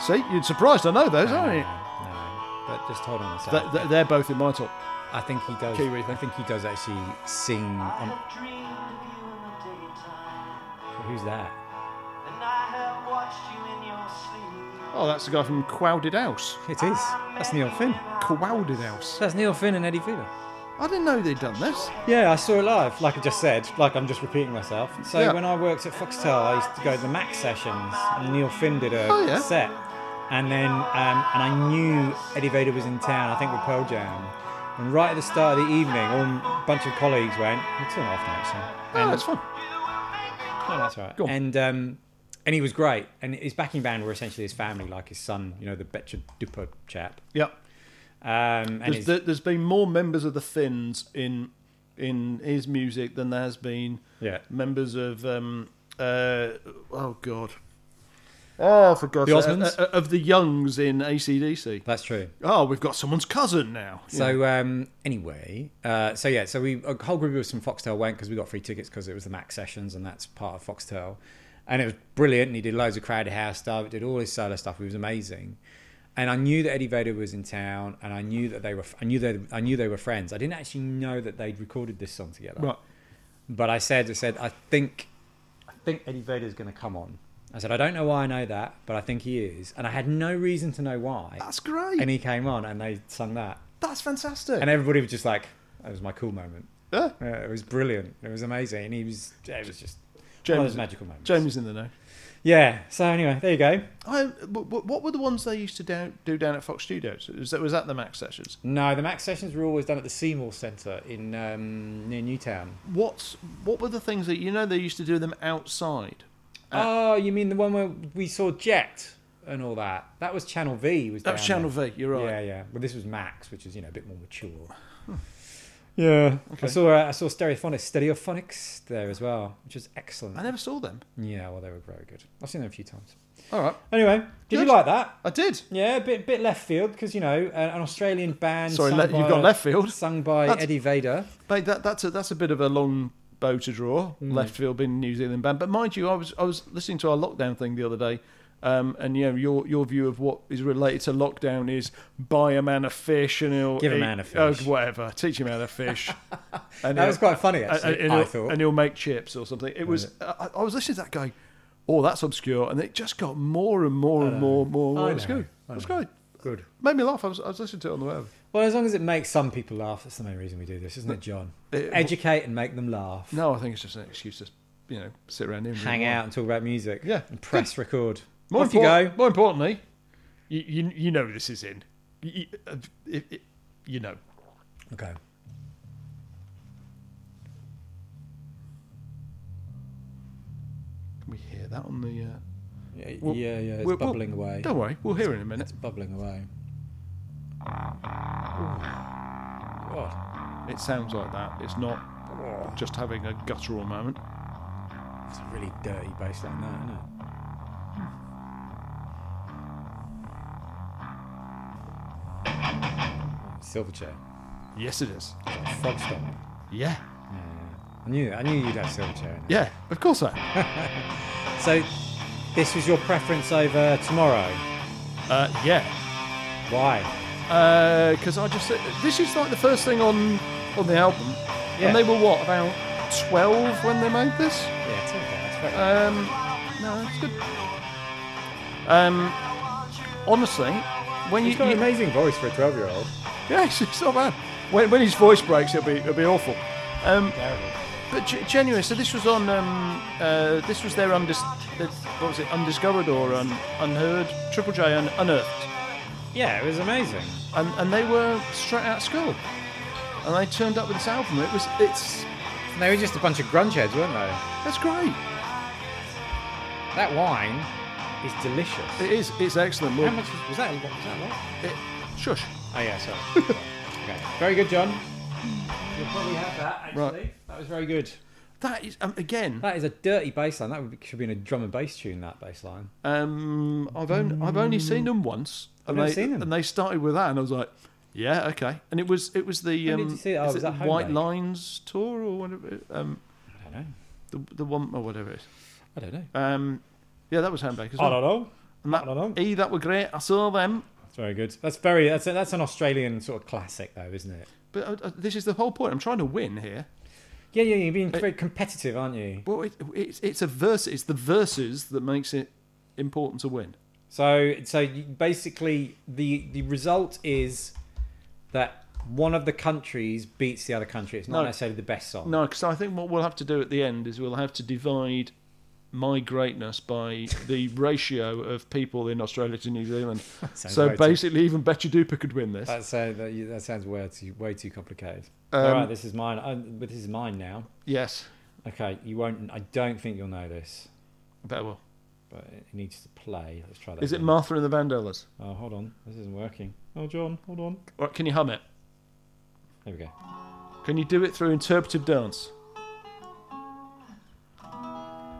Speaker 2: See, you're surprised I know those,
Speaker 1: No,
Speaker 2: aren't you?
Speaker 1: no, no. But just hold on a second.
Speaker 2: Th- th- they're both in my top.
Speaker 1: I think he does.
Speaker 2: Kiwi thing.
Speaker 1: I think he does actually sing. Um, who's that?
Speaker 2: Oh, that's the guy from Crowded House.
Speaker 1: It is. That's Neil Finn.
Speaker 2: Crowded House.
Speaker 1: That's Neil Finn and Eddie Vedder.
Speaker 2: I didn't know they'd done this.
Speaker 1: Yeah, I saw it live. Like I just said, like I'm just repeating myself. So
Speaker 2: Yeah.
Speaker 1: when I worked at Foxtel, I used to go to the Mac sessions, and Neil Finn did a
Speaker 2: Oh, yeah.
Speaker 1: set, and then um, and I knew Eddie Vedder was in town. I think with Pearl Jam, and right at the start of the evening, all a bunch of colleagues went, "We'll turn it off now." So,
Speaker 2: Oh,
Speaker 1: and
Speaker 2: that's fun.
Speaker 1: No, that's all right.
Speaker 2: Go on.
Speaker 1: And um, and he was great. And his backing band were essentially his family, like his son, you know, the Betcha Duper chap.
Speaker 2: Yep.
Speaker 1: Um, and
Speaker 2: There's,
Speaker 1: his-
Speaker 2: there- there's been more members of the Finns in in his music than there's been
Speaker 1: yeah,
Speaker 2: members of um, uh, oh god
Speaker 4: Oh, for God's
Speaker 1: The
Speaker 4: sake.
Speaker 1: Osmonds?
Speaker 2: uh, of the Youngs in ACDC.
Speaker 1: that's true.
Speaker 2: Oh, we've got someone's cousin now.
Speaker 1: So um, anyway, uh, so yeah, so we a whole group of us from Foxtel went because we got free tickets because it was the Mac sessions and that's part of Foxtel, and it was brilliant. And he did loads of crowded house stuff, did all his solo stuff. It was amazing, and I knew that Eddie Vedder was in town, and I knew that they were, I knew they, I knew they were friends. I didn't actually know that they'd recorded this song together.
Speaker 2: Right.
Speaker 1: But I said, I said, I think, I think Eddie Vedder's going to come on. I said, I don't know why I know that, but I think he is, and I had no reason to know why.
Speaker 2: that's great.
Speaker 1: And he came on, and they sung that
Speaker 2: that's fantastic.
Speaker 1: and everybody was just like, "That was my cool moment."
Speaker 2: Yeah.
Speaker 1: Yeah, it was brilliant. It was amazing, and he was. It was just one of
Speaker 2: James,
Speaker 1: those magical moments.
Speaker 2: James in the know.
Speaker 1: Yeah. So anyway, there you go.
Speaker 2: I, wh- wh- what were the ones they used to do, do down at Fox Studios? Was that, was that the Max sessions?
Speaker 1: No, the Max sessions were always done at the Seymour Centre in um, near Newtown.
Speaker 2: What What were the things that you know they used to do them outside? Uh,
Speaker 1: oh, you mean the one where we saw Jet and all that? That was Channel V. Was
Speaker 2: That was
Speaker 1: down
Speaker 2: Channel
Speaker 1: there.
Speaker 2: V. You're right.
Speaker 1: Yeah, yeah. Well, this was Max, which is you know a bit more mature. Yeah, I saw uh, I saw Stereophonics, Stereophonics there as well, which was excellent.
Speaker 2: I never saw them.
Speaker 1: Yeah, well, they were very good. I've seen them a few times.
Speaker 2: All right,
Speaker 1: Anyway, did
Speaker 2: Good.
Speaker 1: you like that?
Speaker 2: I did.
Speaker 1: Yeah, a bit bit left field because you know an, an Australian band.
Speaker 2: Sorry,
Speaker 1: sung
Speaker 2: le- you've
Speaker 1: by-
Speaker 2: got left field.
Speaker 1: Sung by
Speaker 2: That's-
Speaker 1: Eddie Vedder.
Speaker 2: Mate, that, that's a that's a bit of a long bow to draw.
Speaker 1: Mm.
Speaker 2: Left field being New Zealand band, but mind you, I was I was listening to our lockdown thing the other day, um, and you know your your view of what is related to lockdown is buy a man a fish and he'll
Speaker 1: Give a
Speaker 2: eat-
Speaker 1: man a fish.
Speaker 2: oh, whatever, teach him how to fish. and
Speaker 1: That
Speaker 2: he'll-
Speaker 1: was quite funny
Speaker 2: and-
Speaker 1: actually.
Speaker 2: and,
Speaker 1: I
Speaker 2: he'll-
Speaker 1: thought.
Speaker 2: and he'll make chips or something. It was I, I was listening to that guy. Oh, that's obscure, and it just got more and more and more and more. And
Speaker 1: Uh, I
Speaker 2: more. It was
Speaker 1: know,
Speaker 2: good.
Speaker 1: I
Speaker 2: It was
Speaker 1: know.
Speaker 2: great.
Speaker 1: Good.
Speaker 2: Made me laugh. I was, I was listening to it on the way. over.
Speaker 1: Well, as long as it makes some people laugh, that's the main reason we do this, isn't it, John?
Speaker 2: It-
Speaker 1: Educate and make them laugh.
Speaker 2: Uh, No, I think it's just an excuse to you know sit around here and
Speaker 1: Hang
Speaker 2: rewind.
Speaker 1: out and talk about music.
Speaker 2: Yeah.
Speaker 1: And press record.
Speaker 2: More
Speaker 1: Off you go.
Speaker 2: impor- More importantly, you, you you know this is in. You, you- uh, it- it- you know.
Speaker 1: Okay.
Speaker 2: Can we hear that on the? Uh,
Speaker 1: Yeah,
Speaker 2: Well,
Speaker 1: yeah, yeah. It's
Speaker 2: we'll- we'll-
Speaker 1: bubbling away.
Speaker 2: Don't worry, we'll hear it in a minute.
Speaker 1: It's bubbling away.
Speaker 2: It sounds like that. It's not just having a guttural moment.
Speaker 1: It's a really dirty bass line, that, isn't it? Silverchair.
Speaker 2: Yes, it is.
Speaker 1: Hmm. Frog stomp.
Speaker 2: Yeah,
Speaker 1: I knew, I knew you'd have Silverchair in it.
Speaker 2: yeah. Of course I.
Speaker 1: So, this was your preference over tomorrow.
Speaker 2: Uh, yeah.
Speaker 1: Why?
Speaker 2: because I just this is like the first thing on on the album,
Speaker 1: Yeah.
Speaker 2: and they were what about twelve when they made this?
Speaker 1: Yeah, it's okay. That's fair.
Speaker 2: Um, no, it's good. Um, honestly, when
Speaker 1: He's
Speaker 2: you,
Speaker 1: got
Speaker 2: you
Speaker 1: an amazing voice for a 12 year old.
Speaker 2: yeah, it's, it's not bad. When, when his voice breaks, it'll be it'll be awful. Um,
Speaker 1: Terrible.
Speaker 2: but g- genuine. So this was on. Um, uh, this was their undis. their- What was it? Undiscovered or un, unheard? Triple J un, unearthed.
Speaker 1: Yeah, it was amazing.
Speaker 2: and, and they were straight out of school, and they turned up with this album. It was it's
Speaker 1: And they were just a bunch of grunge heads, weren't they?
Speaker 2: that's great.
Speaker 1: That wine is delicious.
Speaker 2: It is it's excellent.
Speaker 1: How
Speaker 2: Well,
Speaker 1: much was, was that? Was that a lot?
Speaker 2: it, shush.
Speaker 1: Oh, yeah, sorry. okay. Very good, John. You'll probably have that, actually.
Speaker 2: Right.
Speaker 1: That was very good.
Speaker 2: That is um, again.
Speaker 1: That is a dirty bass line. That would be, should be in a drum and bass tune, that bass line.
Speaker 2: Um, I've only I've only seen them once, and
Speaker 1: never
Speaker 2: they
Speaker 1: seen 'em.
Speaker 2: and they started with that, and I was like, yeah, okay. And it was it was the
Speaker 1: When
Speaker 2: um,
Speaker 1: did you see it? Oh,
Speaker 2: is
Speaker 1: was
Speaker 2: it
Speaker 1: that
Speaker 2: White
Speaker 1: Homemade?
Speaker 2: Lines tour or whatever. Um,
Speaker 1: don't know.
Speaker 2: The, the one or whatever it is.
Speaker 1: I don't know.
Speaker 2: Um, yeah, that was Handbake as
Speaker 1: I
Speaker 2: well.
Speaker 1: don't know.
Speaker 2: And that-
Speaker 1: I don't know.
Speaker 2: E, that were great. I saw them.
Speaker 1: That's very good. That's very. That's a, that's an Australian sort of classic, though, isn't it?
Speaker 2: But uh, uh, this is the whole point. I'm trying to win here.
Speaker 1: Yeah, yeah. You're being very competitive, aren't you?
Speaker 2: Well, it, it's it's a verse. It's the verses that makes it important to win.
Speaker 1: So, so you- basically, the the result is that one of the countries beats the other country. It's not
Speaker 2: No.
Speaker 1: necessarily the best song.
Speaker 2: No, because I think what we'll have to do at the end is we'll have to divide my greatness by the ratio of people in Australia to New Zealand.
Speaker 1: Sounds
Speaker 2: so
Speaker 1: way too-
Speaker 2: basically, even Betcha Duper could win this.
Speaker 1: That sounds that, you- that sounds way too way too complicated.
Speaker 2: Um,
Speaker 1: All right, this is mine. I, but this is mine now.
Speaker 2: yes,
Speaker 1: Okay, you won't. I don't think you'll know this,
Speaker 2: I bet I will.
Speaker 1: but it needs to play. Let's try that.
Speaker 2: Is it
Speaker 1: again.
Speaker 2: Martha and the Vandellas?
Speaker 1: Oh, hold on. This isn't working. Oh, John, hold on.
Speaker 2: All right, can you hum it?
Speaker 1: There we go.
Speaker 2: Can you do it through interpretive dance?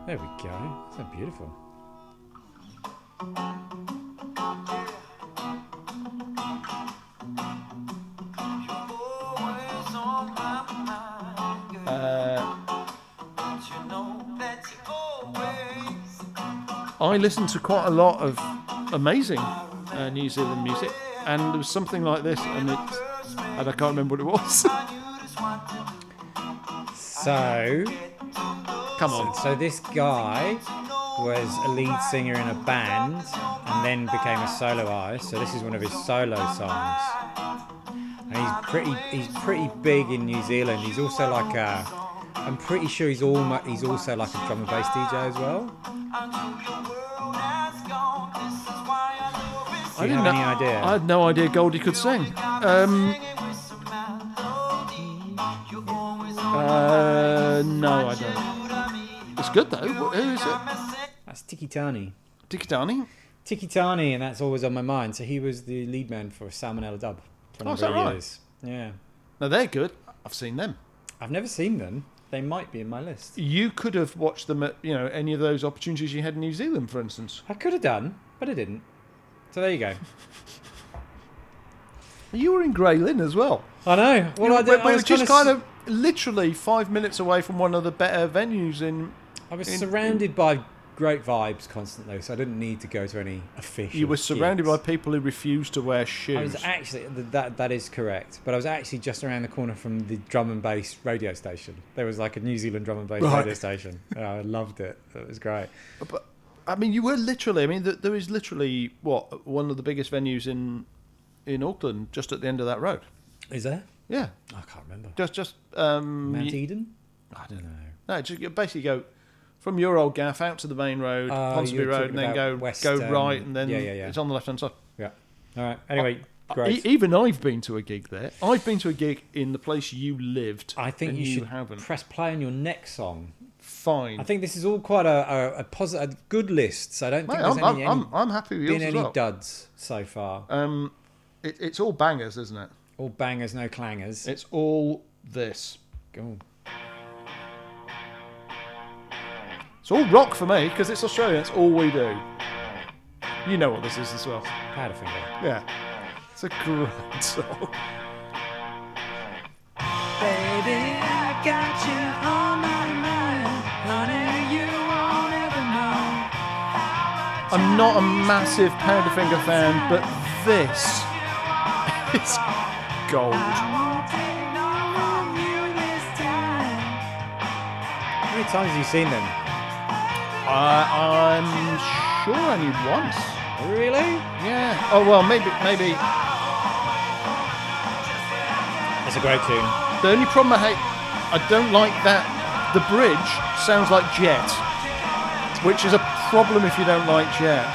Speaker 1: There we go. That's beautiful.
Speaker 2: Uh, I listened to quite a lot of amazing uh, New Zealand music, and there was something like this, and it, and I can't remember what it was.
Speaker 1: So,
Speaker 2: Come on.
Speaker 5: So this guy was a lead singer in a band and then became a solo artist. So this is one of his solo songs.
Speaker 1: and he's pretty. He's pretty big in New Zealand. He's also like a. I'm pretty sure he's almost. He's also like a drum and bass DJ as well.
Speaker 2: I
Speaker 1: you
Speaker 2: didn't
Speaker 1: have
Speaker 2: know-
Speaker 1: any idea?
Speaker 2: I had no idea Goldie could sing. Um, uh, no, I don't. It's good though. Wh- Who is it?
Speaker 1: That's Tiki Tani.
Speaker 2: Dikidani?
Speaker 1: Tiki Tani, and that's always on my mind. So he was the lead man for Salmonella Dub for a
Speaker 2: Oh, is
Speaker 1: number of
Speaker 2: that right?
Speaker 1: years. Yeah,
Speaker 2: No, they're good. I've seen them.
Speaker 1: I've never seen them. They might be in my list.
Speaker 2: You could have watched them at you know any of those opportunities you had in New Zealand, for instance.
Speaker 1: I could have done, but I didn't. So there you go.
Speaker 2: You were in Grey Lynn as well.
Speaker 1: I know. Well, I,
Speaker 2: We're-
Speaker 1: did, I
Speaker 2: we're
Speaker 1: was
Speaker 2: just
Speaker 1: kinda s-
Speaker 2: kind of literally five minutes away from one of the better venues in.
Speaker 1: I was
Speaker 2: in-
Speaker 1: surrounded by great vibes constantly, so I didn't need to go to any official.
Speaker 2: You were surrounded by
Speaker 1: gigs.
Speaker 2: people who refused to wear shoes.
Speaker 1: I was actually th- that that is correct, but I was actually just around the corner from the drum and bass radio station. There was like a New Zealand drum and bass
Speaker 2: Right.
Speaker 1: radio station. And I loved it. It was great.
Speaker 2: But I mean, you were literally. I mean, th- there is literally what one of the biggest venues in in Auckland, just at the end of that road.
Speaker 1: Is there?
Speaker 2: Yeah,
Speaker 1: I can't remember.
Speaker 2: just just um,
Speaker 1: Mount
Speaker 2: you,
Speaker 1: Eden? I don't know.
Speaker 2: no, just you basically go from your old gaff out to the main road,
Speaker 1: Oh,
Speaker 2: Ponsonby
Speaker 1: you're
Speaker 2: Road,
Speaker 1: talking
Speaker 2: and then
Speaker 1: about
Speaker 2: go
Speaker 1: west,
Speaker 2: go
Speaker 1: um,
Speaker 2: right, and then
Speaker 1: yeah, yeah, yeah.
Speaker 2: it's on the left hand side.
Speaker 1: Yeah. All right. Anyway, great.
Speaker 2: E- even I've been to a gig there. I've been to a gig in the place you lived.
Speaker 1: I think
Speaker 2: and
Speaker 1: you should
Speaker 2: haven't.
Speaker 1: press play on your next song.
Speaker 2: Fine.
Speaker 1: I think this is all quite a, a, a, posi- a good list. So I don't
Speaker 2: Mate,
Speaker 1: think
Speaker 2: I'm,
Speaker 1: there's
Speaker 2: I'm,
Speaker 1: any,
Speaker 2: I'm, I'm happy with
Speaker 1: any,
Speaker 2: yours
Speaker 1: been
Speaker 2: as
Speaker 1: any
Speaker 2: well.
Speaker 1: duds so far.
Speaker 2: Um, it, it's all bangers, isn't it?
Speaker 1: All bangers, no clangers. Oh,
Speaker 2: It's all this.
Speaker 1: Go.
Speaker 2: It's all rock for me because it's Australia. It's all we do. You know what this is as well.
Speaker 1: Powderfinger.
Speaker 2: Yeah. It's a great song. I'm not a massive Powderfinger fan, but this is gold.
Speaker 1: How many times have you seen them?
Speaker 2: I, I'm sure only once.
Speaker 1: Really?
Speaker 2: Yeah. Oh well, maybe maybe
Speaker 1: That's a great tune.
Speaker 2: the only problem I hate, I don't like that the bridge sounds like Jet, which is a problem if you don't like Jet.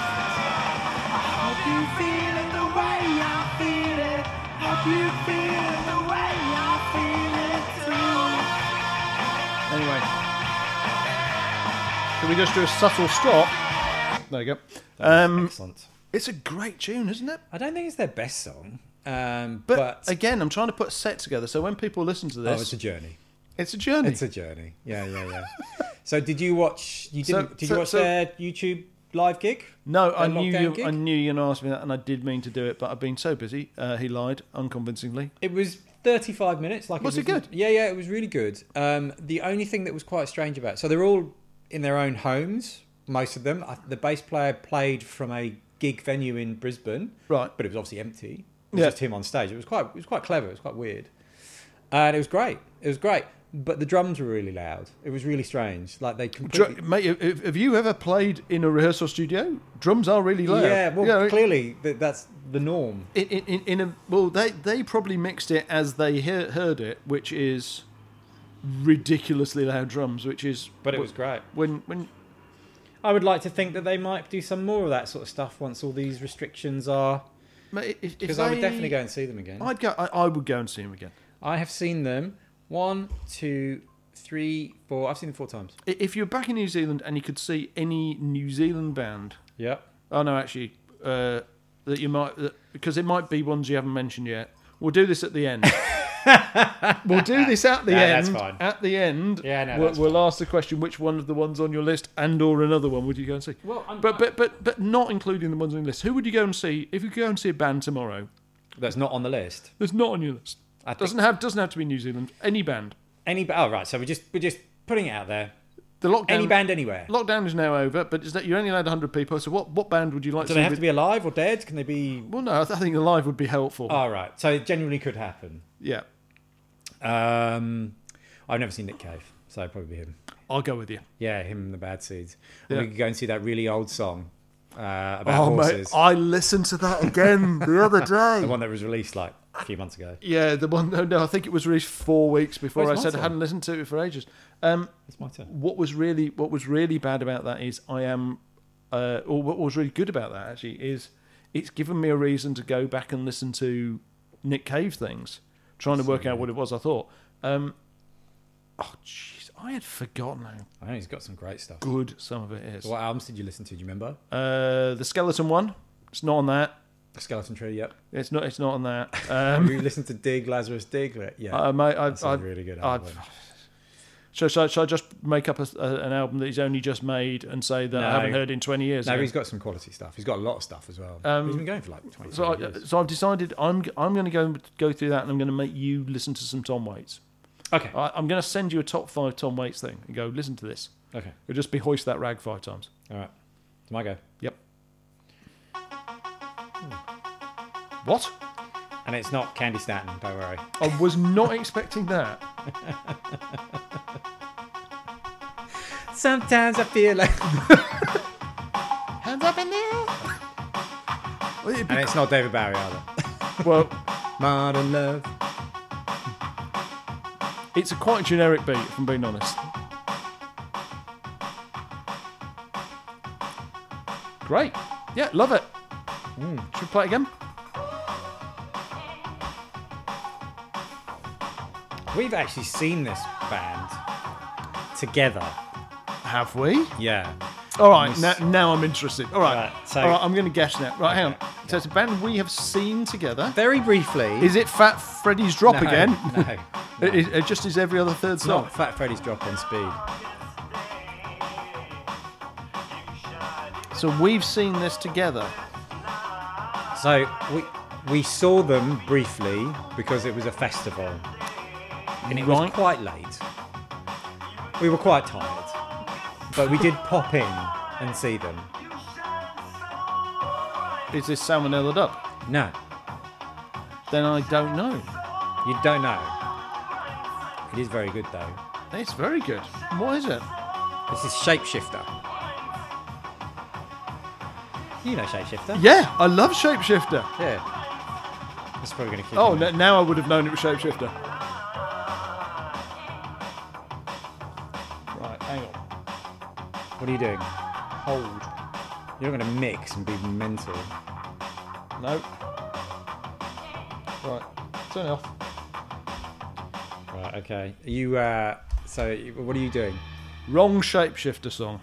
Speaker 2: Anyway, can we just do a subtle stop? There you go. Um,
Speaker 1: Excellent.
Speaker 2: it's a great tune, isn't it?
Speaker 1: I don't think it's their best song, um,
Speaker 2: But,
Speaker 1: but,
Speaker 2: again, I'm trying to put a set together so when people listen to
Speaker 1: oh,
Speaker 2: this,
Speaker 1: it's a journey.
Speaker 2: journey.
Speaker 1: It's a journey. Yeah, yeah, yeah. so did you watch? You
Speaker 2: So-
Speaker 1: didn't? did you
Speaker 2: so-
Speaker 1: watch
Speaker 2: so-
Speaker 1: their YouTube live gig?
Speaker 2: No, I
Speaker 1: The
Speaker 2: knew
Speaker 1: lockdown
Speaker 2: you. I
Speaker 1: gig?
Speaker 2: knew you and asked me that, and I did mean to do it, but I've been so busy. Uh, he lied unconvincingly.
Speaker 1: It was 35 minutes. Like
Speaker 2: Was it good?
Speaker 1: Yeah, yeah, it was really good. Um, the only thing that was quite strange about so they're all in their own homes, most of them. I, the bass player played from a gig venue in Brisbane,
Speaker 2: Right.
Speaker 1: But it was obviously empty. It was
Speaker 2: Yeah.
Speaker 1: just him on stage. It was quite, it was quite clever. It was quite weird, and it was great. It was great. But the drums were really loud. It was really strange. Like they completely.
Speaker 2: Dr- mate, have- have have you ever played in a rehearsal studio? Drums are really loud.
Speaker 1: yeah, well,
Speaker 2: You know,
Speaker 1: clearly that, that's the norm.
Speaker 2: in, in, in- in a well, they they probably mixed it as they hear, heard it, which is ridiculously loud drums, which is
Speaker 1: But it was great.
Speaker 2: when when
Speaker 1: I would like to think that they might do some more of that sort of stuff once all these restrictions are.
Speaker 2: mate, if, if
Speaker 1: Because I would
Speaker 2: they-
Speaker 1: definitely go and see them again.
Speaker 2: I'd go. I, I would go and see him again.
Speaker 1: I have seen them one, two, three, four. I've seen them four times.
Speaker 2: I- If you're back in New Zealand and you could see any New Zealand band
Speaker 1: Yeah.
Speaker 2: Oh no, actually, uh, that you might that, because it might be ones you haven't mentioned yet. We'll do this at the end. we'll do this at the
Speaker 1: No,
Speaker 2: end.
Speaker 1: that's fine.
Speaker 2: At the end,
Speaker 1: Yeah, no,
Speaker 2: we'll,
Speaker 1: that's
Speaker 2: we'll ask the question: which one of the ones on your list, and/or another one, would you go and see?
Speaker 1: Well, I'm-
Speaker 2: but but but but not including the ones on your list. Who would you go and see if you could go and see a band tomorrow
Speaker 1: That's not on the list.
Speaker 2: that's not on your list?
Speaker 1: I think-
Speaker 2: doesn't have doesn't have to be New Zealand. Any band.
Speaker 1: Any ba- oh right, so we're just we're just putting it out there.
Speaker 2: The lockdown.
Speaker 1: Any band anywhere.
Speaker 2: Lockdown is now over, but is that you're only allowed 100 people. So what what band would you like
Speaker 1: Do
Speaker 2: to?
Speaker 1: they have
Speaker 2: with-
Speaker 1: to be alive or dead? Can they be?
Speaker 2: Well, no, I, th- I think the live would be helpful.
Speaker 1: All right, so it genuinely could happen.
Speaker 2: yeah,
Speaker 1: Um, I've never seen Nick Cave, so it'd probably be him.
Speaker 2: I'll go with you.
Speaker 1: Yeah, him and the Bad Seeds.
Speaker 2: Yeah.
Speaker 1: We could go and see that really old song uh, about
Speaker 2: Oh, mate,
Speaker 1: horses.
Speaker 2: I listened to that again the other
Speaker 1: The
Speaker 2: day.
Speaker 1: one that was released like a few months ago.
Speaker 2: Yeah, the one. No, no, I think it was released four weeks before
Speaker 1: Where's
Speaker 2: I said I
Speaker 1: Martin?
Speaker 2: hadn't listened to it for ages. Um,
Speaker 1: It's my turn.
Speaker 2: what was really, what was really bad about that is I am, uh, or what was really good about that actually is it's given me a reason to go back and listen to Nick Cave things, trying to work out what it was I thought. Um, oh, jeez, I had forgotten how
Speaker 1: I know he's got some great stuff.
Speaker 2: good some of it is.
Speaker 1: What albums did you listen to? Do you remember?
Speaker 2: Uh, the skeleton one, it's not on that.
Speaker 1: Skeleton Tree. Yep.
Speaker 2: It's not. It's not on that. Um,
Speaker 1: you listened to Dig Lazarus Dig? right? Yeah.
Speaker 2: Uh, mate, I,
Speaker 1: That's a
Speaker 2: I,
Speaker 1: really good
Speaker 2: I-
Speaker 1: album.
Speaker 2: So, so, so I just make up a, a- an album that he's only just made and say that I
Speaker 1: No.
Speaker 2: haven't heard in 20 years.
Speaker 1: no,
Speaker 2: Yeah.
Speaker 1: he's got some quality stuff. He's got a lot of stuff as well.
Speaker 2: Um,
Speaker 1: he's been going for like 20
Speaker 2: so, I,
Speaker 1: years.
Speaker 2: so I've decided I'm g- I'm going to go go through that and I'm going to make you listen to some Tom Waits.
Speaker 1: Okay.
Speaker 2: I, I'm going to send you a top five Tom Waits thing and go listen to this.
Speaker 1: Okay.
Speaker 2: It'll just be hoist that rag five times.
Speaker 1: All right. It's my go.
Speaker 2: Yep. What?
Speaker 1: And it's not Candy Stanton, don't worry.
Speaker 2: I was not expecting that.
Speaker 1: Sometimes I feel like.
Speaker 2: Hands up in there. Well, it'd be-
Speaker 1: And it's not David Bowie either.
Speaker 2: well,
Speaker 1: Modern love.
Speaker 2: it's a quite generic beat, if I'm being honest. Great. Yeah, love it. Should we play it again?
Speaker 1: We've actually seen this band together.
Speaker 2: Have we?
Speaker 1: Yeah.
Speaker 2: All right, now, now I'm interested. All right,
Speaker 1: Right, so-
Speaker 2: all right I'm going to guess now. Right, hang on. So it's a band we have seen together.
Speaker 1: Very briefly.
Speaker 2: Is it Fat Freddy's Drop
Speaker 1: No,
Speaker 2: again?
Speaker 1: No. no.
Speaker 2: It, it just is every other third
Speaker 1: It's not
Speaker 2: song.
Speaker 1: Fat Freddy's Drop on Speed.
Speaker 2: So we've seen this together.
Speaker 1: So we we saw them briefly because it was a festival, and it
Speaker 2: Right.
Speaker 1: was quite late. We were quite tired, but we did pop in and see them.
Speaker 2: Is this Salmonella Up?
Speaker 1: No,
Speaker 2: Then I don't know.
Speaker 1: you don't know. It is very good though.
Speaker 2: It's very good. What is it?
Speaker 1: This is Shapeshifter. You know Shapeshifter.
Speaker 2: Yeah, I love Shapeshifter.
Speaker 1: Yeah. That's probably going to keep.
Speaker 2: Oh,
Speaker 1: you
Speaker 2: no,
Speaker 1: there.
Speaker 2: now I would have known it was Shapeshifter. Right, hang on.
Speaker 1: What are you doing? Hold. You're not going to mix and be mental.
Speaker 2: No. Right, turn it off.
Speaker 1: Right. Okay. Are you. Uh, so you- what are you doing?
Speaker 2: Wrong Shapeshifter song.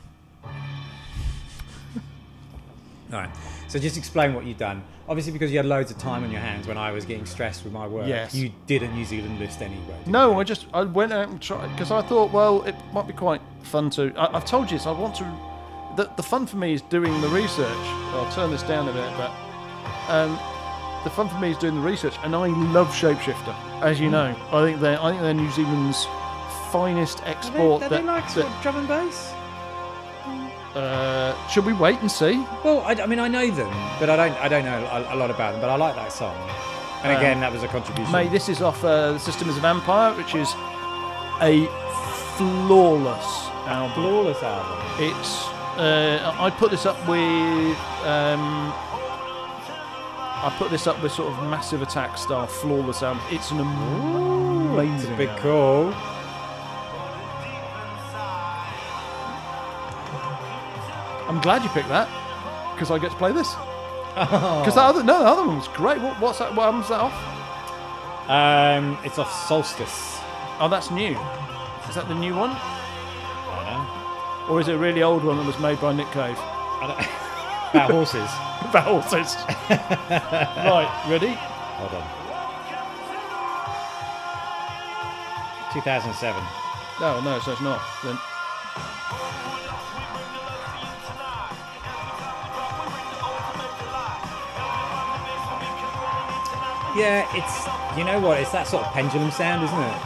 Speaker 1: All right. So just explain what you've done. Obviously, because you had loads of time on your hands when I was getting stressed with my work,
Speaker 2: Yes.
Speaker 1: you did a New Zealand list anyway. didn't
Speaker 2: No, I just I went out and tried because I thought, well, it might be quite fun to. I, I've told you this. I want to the, the fun for me is doing the research. I'll turn this down a bit, but um, the fun for me is doing the research, and I love Shapeshifter, as
Speaker 1: Mm.
Speaker 2: you know. I think they're I think they're New Zealand's finest
Speaker 1: Are
Speaker 2: export.
Speaker 1: they, are
Speaker 2: that-
Speaker 1: they like sort
Speaker 2: that-
Speaker 1: of drum and bass?
Speaker 2: uh, should we wait and see?
Speaker 1: Well, I, I mean, I know them, but I don't. I don't know a, a lot about them. But I like that song.
Speaker 2: Um,
Speaker 1: And again, that was a contribution.
Speaker 2: Mate, this is off uh, The System is a Vampire, which is a flawless album.
Speaker 1: flawless album.
Speaker 2: It's uh, I put this up with um, I put this up with sort of massive attack style flawless album. It's an amazing.
Speaker 1: It's a big
Speaker 2: album.
Speaker 1: call.
Speaker 2: I'm glad you picked that because I get to play this.
Speaker 1: Oh.
Speaker 2: Because that other no, the other one was great. What, what's that? What album's that off?
Speaker 1: Um, it's off Solstice.
Speaker 2: Oh, that's new. Is that the new one,
Speaker 1: I
Speaker 2: or is it a really old one that was made by Nick
Speaker 1: don't
Speaker 2: Cave?
Speaker 1: know. I don't, about horses.
Speaker 2: That also. is- right, ready?
Speaker 1: Hold on. 2007.
Speaker 2: No, Oh, no, so it's not. Then
Speaker 1: Yeah, it's you know what? It's that sort of pendulum sound, isn't it?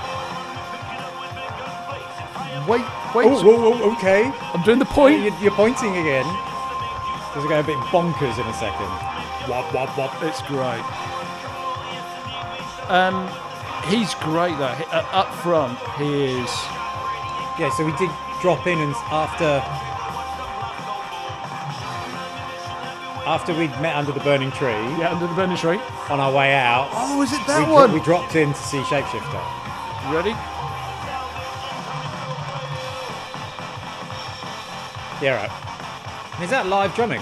Speaker 2: wait, wait.
Speaker 1: Oh, whoa, whoa, okay.
Speaker 2: I'm doing the point.
Speaker 1: You're, you're pointing again. This is going a bit bonkers in a second. Wop wop wop.
Speaker 2: It's great. Um, he's great though. He- uh, up front, he is.
Speaker 1: Yeah, so we did drop in and s- after after we'd met under the burning tree
Speaker 2: Yeah, under the burning tree.
Speaker 1: on our way out.
Speaker 2: Oh, is it
Speaker 1: we,
Speaker 2: that
Speaker 1: dro-
Speaker 2: one?
Speaker 1: we dropped in to see Shapeshifter.
Speaker 2: Ready?
Speaker 1: Yeah, right. Is that live drumming?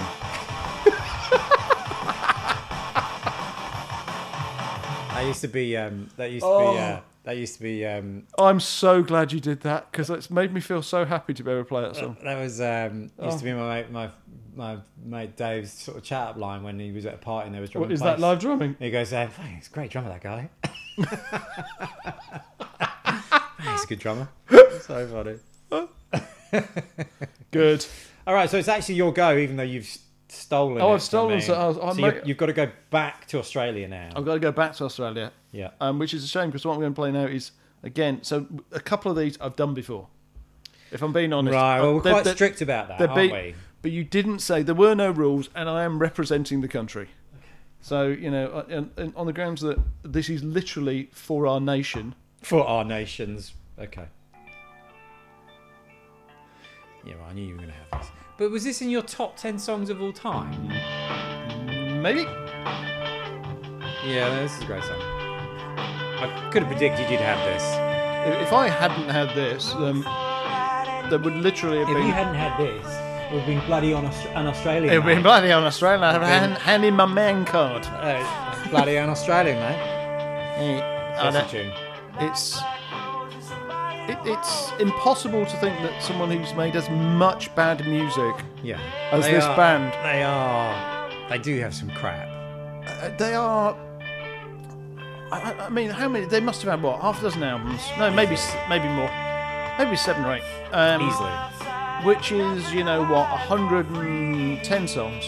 Speaker 1: that used to be um, that used to
Speaker 2: Oh.
Speaker 1: be uh, that used to be um,
Speaker 2: I'm so glad you did that because it's made me feel so happy to be able to play that song.
Speaker 1: That was um, used
Speaker 2: Oh.
Speaker 1: to be my mate, my my mate Dave's sort of chat up line when he was at a party and there was drum
Speaker 2: What
Speaker 1: and
Speaker 2: is that
Speaker 1: bass.
Speaker 2: live drumming?
Speaker 1: He goes, uh, "Fucking, "He's a great drummer, that guy. He's a good drummer." so funny.
Speaker 2: Good.
Speaker 1: All right, so it's actually your go, even though you've s- stolen.
Speaker 2: Oh,
Speaker 1: it
Speaker 2: I've stolen,
Speaker 1: From me.
Speaker 2: so I was- I
Speaker 1: So
Speaker 2: might-
Speaker 1: you, you've got to go back to Australia now.
Speaker 2: I've got to go back to Australia,
Speaker 1: Yeah.
Speaker 2: um, which is a shame because what I'm going to play now is again. So a couple of these I've done before. If I'm being honest,
Speaker 1: Right. Well,
Speaker 2: Uh,
Speaker 1: we're
Speaker 2: they're-
Speaker 1: quite
Speaker 2: they're-
Speaker 1: strict about that,
Speaker 2: they're
Speaker 1: aren't
Speaker 2: be-
Speaker 1: we?
Speaker 2: But you didn't say there were no rules, and I am representing the country. So you know, uh, and, and on the grounds that this is literally for our nation.
Speaker 1: For our nations. Okay. Yeah, well, I knew you were going to have this. But was this in your top ten songs of all time?
Speaker 2: Maybe
Speaker 1: Yeah, no, this is a great song. I could have predicted you'd have this.
Speaker 2: if if I hadn't had this, um, there would literally have
Speaker 1: If you
Speaker 2: been.
Speaker 1: hadn't had this, we'd been bloody on Aust- an Australian.
Speaker 2: It would have been
Speaker 1: mate.
Speaker 2: bloody on Australia. I'd have hand, hand in my man card.
Speaker 1: Uh, bloody on Australian, mate.
Speaker 2: Hey, I
Speaker 1: That's
Speaker 2: don't-
Speaker 1: a tune.
Speaker 2: it's it, it's impossible to think that someone who's made as much bad music
Speaker 1: Yeah.
Speaker 2: As this
Speaker 1: are-
Speaker 2: band.
Speaker 1: They are. They do have some crap.
Speaker 2: uh, they are I, I- I mean how many they must have had what half a dozen albums no maybe s- maybe more maybe seven or eight um,
Speaker 1: Easily.
Speaker 2: which is you know what 110 songs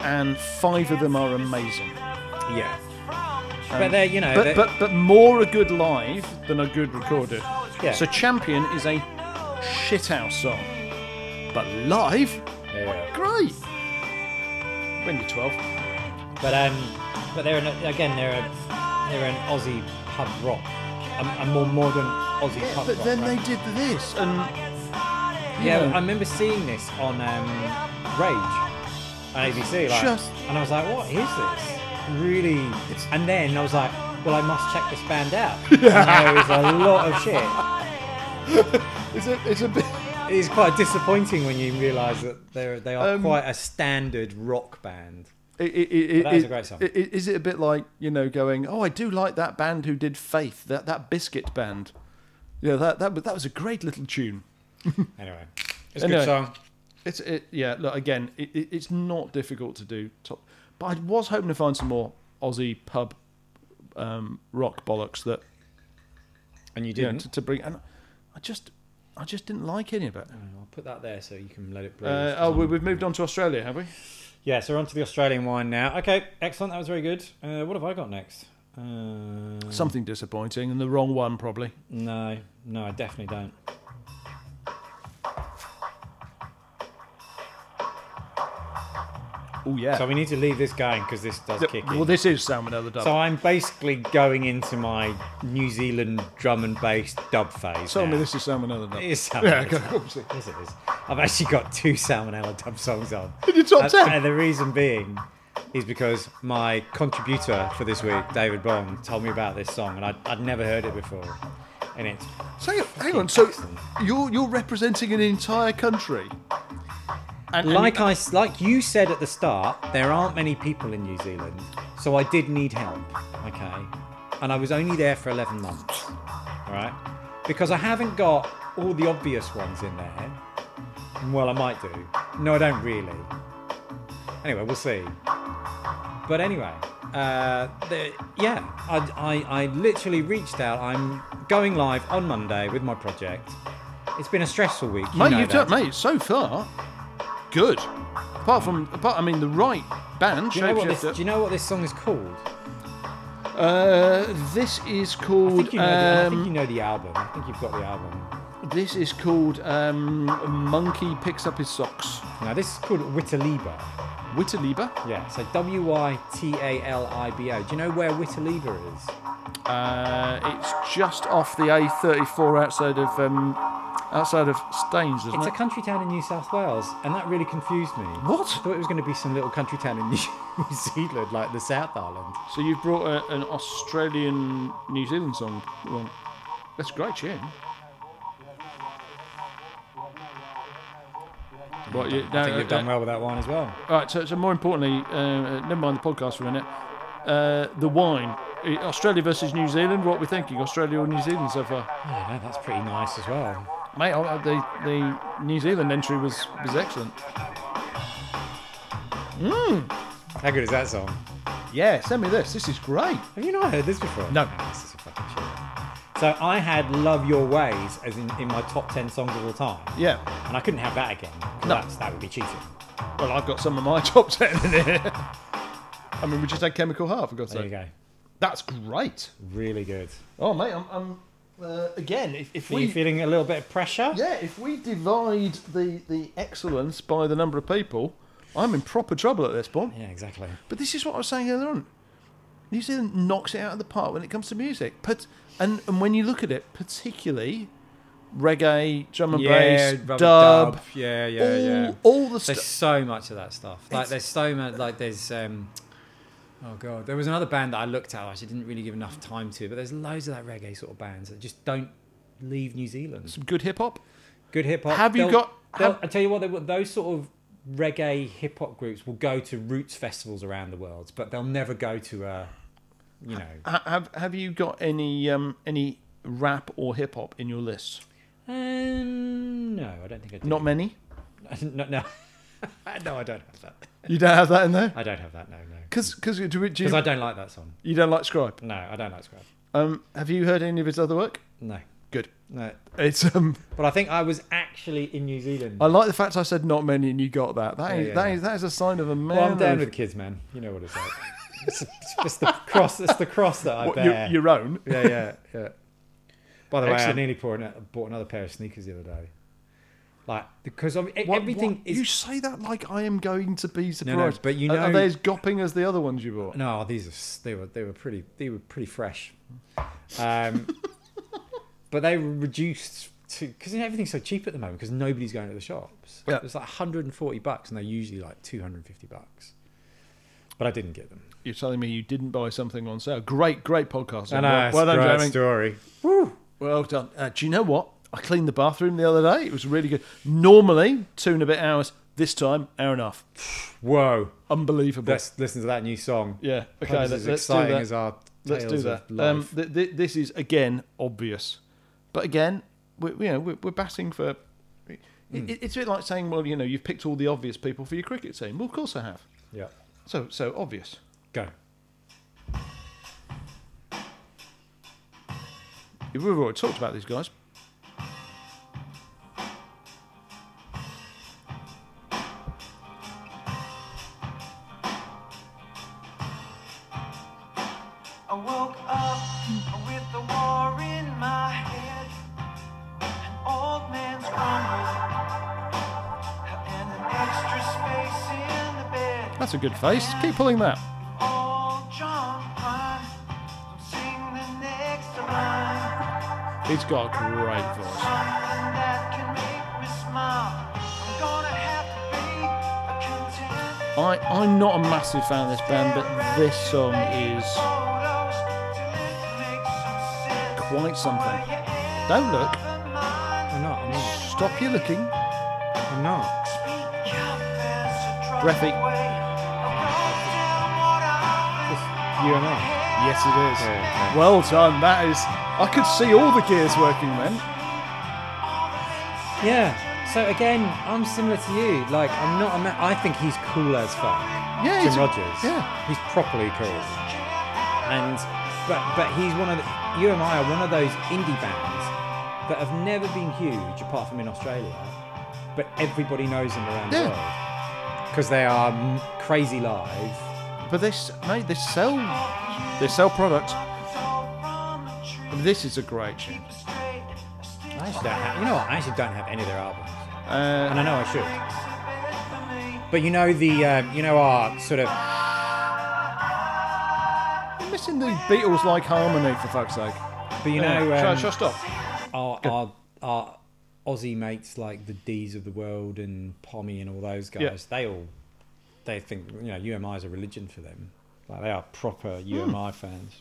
Speaker 2: and five of them are amazing
Speaker 1: Yeah. but they're, you know.
Speaker 2: Um, but
Speaker 1: they're-
Speaker 2: but, but more a good live than a good recorded
Speaker 1: yeah.
Speaker 2: so champion is a shithouse song but live
Speaker 1: Yeah.
Speaker 2: great when you're 12
Speaker 1: But um, but they're an, again they're a, they're an Aussie pub rock, a, a more modern Aussie pub rock.
Speaker 2: but then
Speaker 1: right?
Speaker 2: they did this and you
Speaker 1: Yeah,
Speaker 2: know,
Speaker 1: I remember seeing this on um, Rage on ABC, like,
Speaker 2: Just-
Speaker 1: and I was like, "What is this?" Really, and then I was like, "Well, I must check this band out." And there is a lot of shit.
Speaker 2: it's a, it's a bit
Speaker 1: It's quite disappointing when you realise that they're they are
Speaker 2: Um,
Speaker 1: quite a standard rock band.
Speaker 2: It, it, it,
Speaker 1: That was a
Speaker 2: it-
Speaker 1: great song.
Speaker 2: it- it- is it a bit like you know going? Oh, I do like that band who did Faith, that that Biscuit band. Yeah, that that was- that was a great little tune.
Speaker 1: Anyway, it's a
Speaker 2: Anyway.
Speaker 1: good song.
Speaker 2: It's it, yeah. Look again, it, it, it's not difficult to do. Top, but I was hoping to find some more Aussie pub um, rock bollocks that
Speaker 1: And you
Speaker 2: you know,
Speaker 1: didn't.
Speaker 2: to, to bring. And I just I just didn't like any of it.
Speaker 1: I'll put that there so you can let it breathe.
Speaker 2: Uh,
Speaker 1: 'cause
Speaker 2: oh, we,
Speaker 1: I'm-
Speaker 2: we've moved on to Australia, have we?
Speaker 1: Mm. Yeah, so we're on to the Australian wine now. Okay, excellent. That was very good. Uh, what have I got next? Uh,
Speaker 2: Something disappointing and the wrong one, probably.
Speaker 1: No, no, I definitely don't.
Speaker 2: Oh yeah.
Speaker 1: So we need to leave this going because this does
Speaker 2: Th-
Speaker 1: kick in.
Speaker 2: well, this is Salmonella Dub.
Speaker 1: so I'm basically going into my New Zealand drum and bass dub phase.
Speaker 2: Tell me
Speaker 1: now.
Speaker 2: this is Salmonella Dub.
Speaker 1: It is
Speaker 2: Yeah,
Speaker 1: salmonella.
Speaker 2: go
Speaker 1: dub. Yes, it is. I've actually got two salmonella dub songs on.
Speaker 2: your top
Speaker 1: And-
Speaker 2: 10?
Speaker 1: And the reason being is because my contributor for this week, David Bong, told me about this song, and I'd, I'd never heard it before. And it's
Speaker 2: So, hang on. So you're you're representing an entire country. And, and-
Speaker 1: like I s- like you said at the start, there aren't many people in New Zealand, so I did need help. Okay, and I was only there for eleven months. All right, because I haven't got all the obvious ones in there. Well, I might do. No, I don't really. Anyway, we'll see. But anyway, uh, the, yeah, I, I, I literally reached out. I'm going live on Monday with my project. It's been a stressful week. You
Speaker 2: mate,
Speaker 1: know
Speaker 2: you've
Speaker 1: that.
Speaker 2: done, mate. So far, good. Apart from apart, I mean, the right band.
Speaker 1: Do you, know what this,
Speaker 2: Shapeshifter.
Speaker 1: do you know what this song is called?
Speaker 2: Uh, this is called.
Speaker 1: I think, you know the, I
Speaker 2: um,
Speaker 1: think you know the album. I think you've got the album.
Speaker 2: This is called um, Monkey Picks Up His Socks.
Speaker 1: Now this is called Wittaliba.
Speaker 2: Witterlieber?
Speaker 1: Yeah, so W Y T A L I B O. Do you know where Wittaliba is?
Speaker 2: Uh, it's just off the A34 outside of um, outside of Staines, isn't
Speaker 1: It's a
Speaker 2: it?
Speaker 1: country town in New South Wales, and that really confused me.
Speaker 2: What?
Speaker 1: I thought it was going to be some little country town in New Zealand, like the South Island.
Speaker 2: so you've brought a, an Australian New Zealand song. Well, that's a great tune. Right, you,
Speaker 1: I
Speaker 2: no, uh,
Speaker 1: think
Speaker 2: no,
Speaker 1: you've done
Speaker 2: no.
Speaker 1: well with that one as well.
Speaker 2: All right, so, so more importantly, uh, uh, never mind the podcast for a minute. Uh, the wine, Uh, Australia versus New Zealand. What are we thinking, Australia or New Zealand so far?
Speaker 1: Oh, Yeah, that's pretty nice as well.
Speaker 2: Mate, I- I- the the New Zealand entry was was excellent.
Speaker 1: How good is that song?
Speaker 2: Yeah, send me this. This is great.
Speaker 1: Have you not heard this before?
Speaker 2: No.
Speaker 1: This is a fucking shit. So I had "Love Your Ways" as in, in my top ten songs of all time.
Speaker 2: Yeah.
Speaker 1: And I couldn't have that again. 'cause
Speaker 2: No.
Speaker 1: That's, that would be cheating.
Speaker 2: Well, I've got some of my top ten in here. I mean, we just had Chemical Heart. For God's
Speaker 1: There you
Speaker 2: sake,
Speaker 1: go.
Speaker 2: that's great.
Speaker 1: Really good.
Speaker 2: Oh, mate, I'm, I'm uh, again. If, if
Speaker 1: Are you
Speaker 2: we
Speaker 1: feeling a little bit of pressure?
Speaker 2: yeah, if we divide the the excellence by the number of people, I'm in proper trouble at this point.
Speaker 1: Yeah, exactly.
Speaker 2: But this is what I was saying earlier on. New Zealand knocks it out of the park when it comes to music. Pat- and, and when you look at it, particularly reggae, drum and bass,
Speaker 1: rubber
Speaker 2: dub,
Speaker 1: Yeah, yeah,
Speaker 2: all,
Speaker 1: yeah.
Speaker 2: all the
Speaker 1: There's
Speaker 2: stuff.
Speaker 1: so much of that stuff. Like
Speaker 2: It's-
Speaker 1: there's so much. Like there's. Um, oh god, there was another band that I looked at. I actually didn't really give enough time to, but there's loads of that reggae sort of bands that just don't leave New Zealand.
Speaker 2: Some good hip hop.
Speaker 1: Good hip hop.
Speaker 2: Have you
Speaker 1: They'll-
Speaker 2: got-
Speaker 1: they'll-
Speaker 2: have-
Speaker 1: I tell you what, they, will- those sort of reggae hip hop groups will go to roots festivals around the world, but they'll never go to a, you know.
Speaker 2: Ha- Have Have you got any um, any rap or hip hop in your list?
Speaker 1: Um, no, I don't think I do.
Speaker 2: Not many.
Speaker 1: no, no. no, I don't have that.
Speaker 2: You don't have that in there.
Speaker 1: I don't have that. No, no.
Speaker 2: Because because do, we- do
Speaker 1: Because
Speaker 2: you,
Speaker 1: I don't like that song.
Speaker 2: you don't like Scribe.
Speaker 1: No, I don't like Scrap.
Speaker 2: Um, have you heard any of his other work?
Speaker 1: No,
Speaker 2: Good.
Speaker 1: no.
Speaker 2: It's um.
Speaker 1: But I think I was actually in New Zealand.
Speaker 2: I like the fact I said not many and you got that. That
Speaker 1: Yeah,
Speaker 2: is,
Speaker 1: yeah,
Speaker 2: that
Speaker 1: yeah.
Speaker 2: is that is a sign of a man.
Speaker 1: well, I'm down
Speaker 2: of-
Speaker 1: with kids, man. You know what it's like. it's, it's just the cross. It's the cross that I
Speaker 2: What, your,
Speaker 1: bear.
Speaker 2: your own.
Speaker 1: Yeah, yeah, yeah. By the
Speaker 2: Excellent.
Speaker 1: way, I nearly bought, an, bought another pair of sneakers the other day. Like because of, e-
Speaker 2: What-
Speaker 1: everything
Speaker 2: what-
Speaker 1: is
Speaker 2: You say that like I am going to be surprised.
Speaker 1: but you
Speaker 2: Are- are
Speaker 1: know-
Speaker 2: they as gopping as the other ones you bought?
Speaker 1: No, these are s- they were they were pretty they were pretty fresh, um, but they were reduced to because everything's so cheap at the moment because nobody's going to the shops.
Speaker 2: Yeah.
Speaker 1: It's like 140 bucks, and they're usually like 250 bucks. But I didn't get them.
Speaker 2: You're telling me you didn't buy something on sale. Great, great podcast.
Speaker 1: I
Speaker 2: Well-
Speaker 1: know.
Speaker 2: well
Speaker 1: it's a
Speaker 2: done,
Speaker 1: great
Speaker 2: Jamie.
Speaker 1: story.
Speaker 2: Well done. Uh, do you know what? I cleaned the bathroom the other day. It was really good. Normally two and a bit hours. This time hour and a half.
Speaker 1: Whoa!
Speaker 2: Unbelievable.
Speaker 1: Let's listen to that new song.
Speaker 2: yeah.
Speaker 1: That's
Speaker 2: Okay. Let's,
Speaker 1: as
Speaker 2: let's do
Speaker 1: exciting
Speaker 2: that.
Speaker 1: as our
Speaker 2: let's do
Speaker 1: tales of
Speaker 2: that. Um,
Speaker 1: life.
Speaker 2: th- th- this is again obvious, but again, we, you know, we're, we're batting for. It,
Speaker 1: Hmm.
Speaker 2: it- It's a bit like saying, well, you know, you've picked all the obvious people for your cricket team. Well, of course I have.
Speaker 1: yeah,
Speaker 2: So, so obvious.
Speaker 1: go.
Speaker 2: We've already talked about these guys.
Speaker 3: I woke up with the war in my head. An old man's grumble. And an extra space in the bed.
Speaker 2: That's a good face. Keep pulling that.
Speaker 3: Old John Prine. Sing the next line.
Speaker 2: He's got a great voice.
Speaker 3: Something that can make me smile. I'm gonna have to be a content.
Speaker 2: I, I'm not a massive fan of this band, but this song is quite something. Don't look.
Speaker 1: I'm not. I'm not.
Speaker 2: Stop your looking.
Speaker 1: I'm not.
Speaker 2: Breathy.
Speaker 1: You and I.
Speaker 2: Yes, it is. Well done. That is. I could see all the gears working then.
Speaker 1: Yeah. So again, I'm similar to you. Like I'm not. A ma- I think he's cool as fuck.
Speaker 2: Yeah,
Speaker 1: Jim
Speaker 2: he's a-
Speaker 1: Rogers.
Speaker 2: yeah.
Speaker 1: He's properly cool. And but but he's one of the, you and I are one of those indie bands that have never been huge apart from in Australia, but everybody knows them around
Speaker 2: Yeah.
Speaker 1: the world because they are m- crazy live.
Speaker 2: But they, s- mate, they sell, they sell product. This is a great tune.
Speaker 1: I actually don't have, you know what? I actually don't have any of their albums, and I
Speaker 2: Uh,
Speaker 1: know I should. But you know the um, you know our sort of
Speaker 2: I'm missing the Beatles-like harmony for fuck's sake.
Speaker 1: but you know
Speaker 2: shall, I-
Speaker 1: um,
Speaker 2: shall I stop?
Speaker 1: our, our our Aussie mates like the D's of the world and Pommy and all those guys,
Speaker 2: Yeah.
Speaker 1: they all they think you know UMI is a religion for them. Like they are proper
Speaker 2: Hmm.
Speaker 1: UMI fans.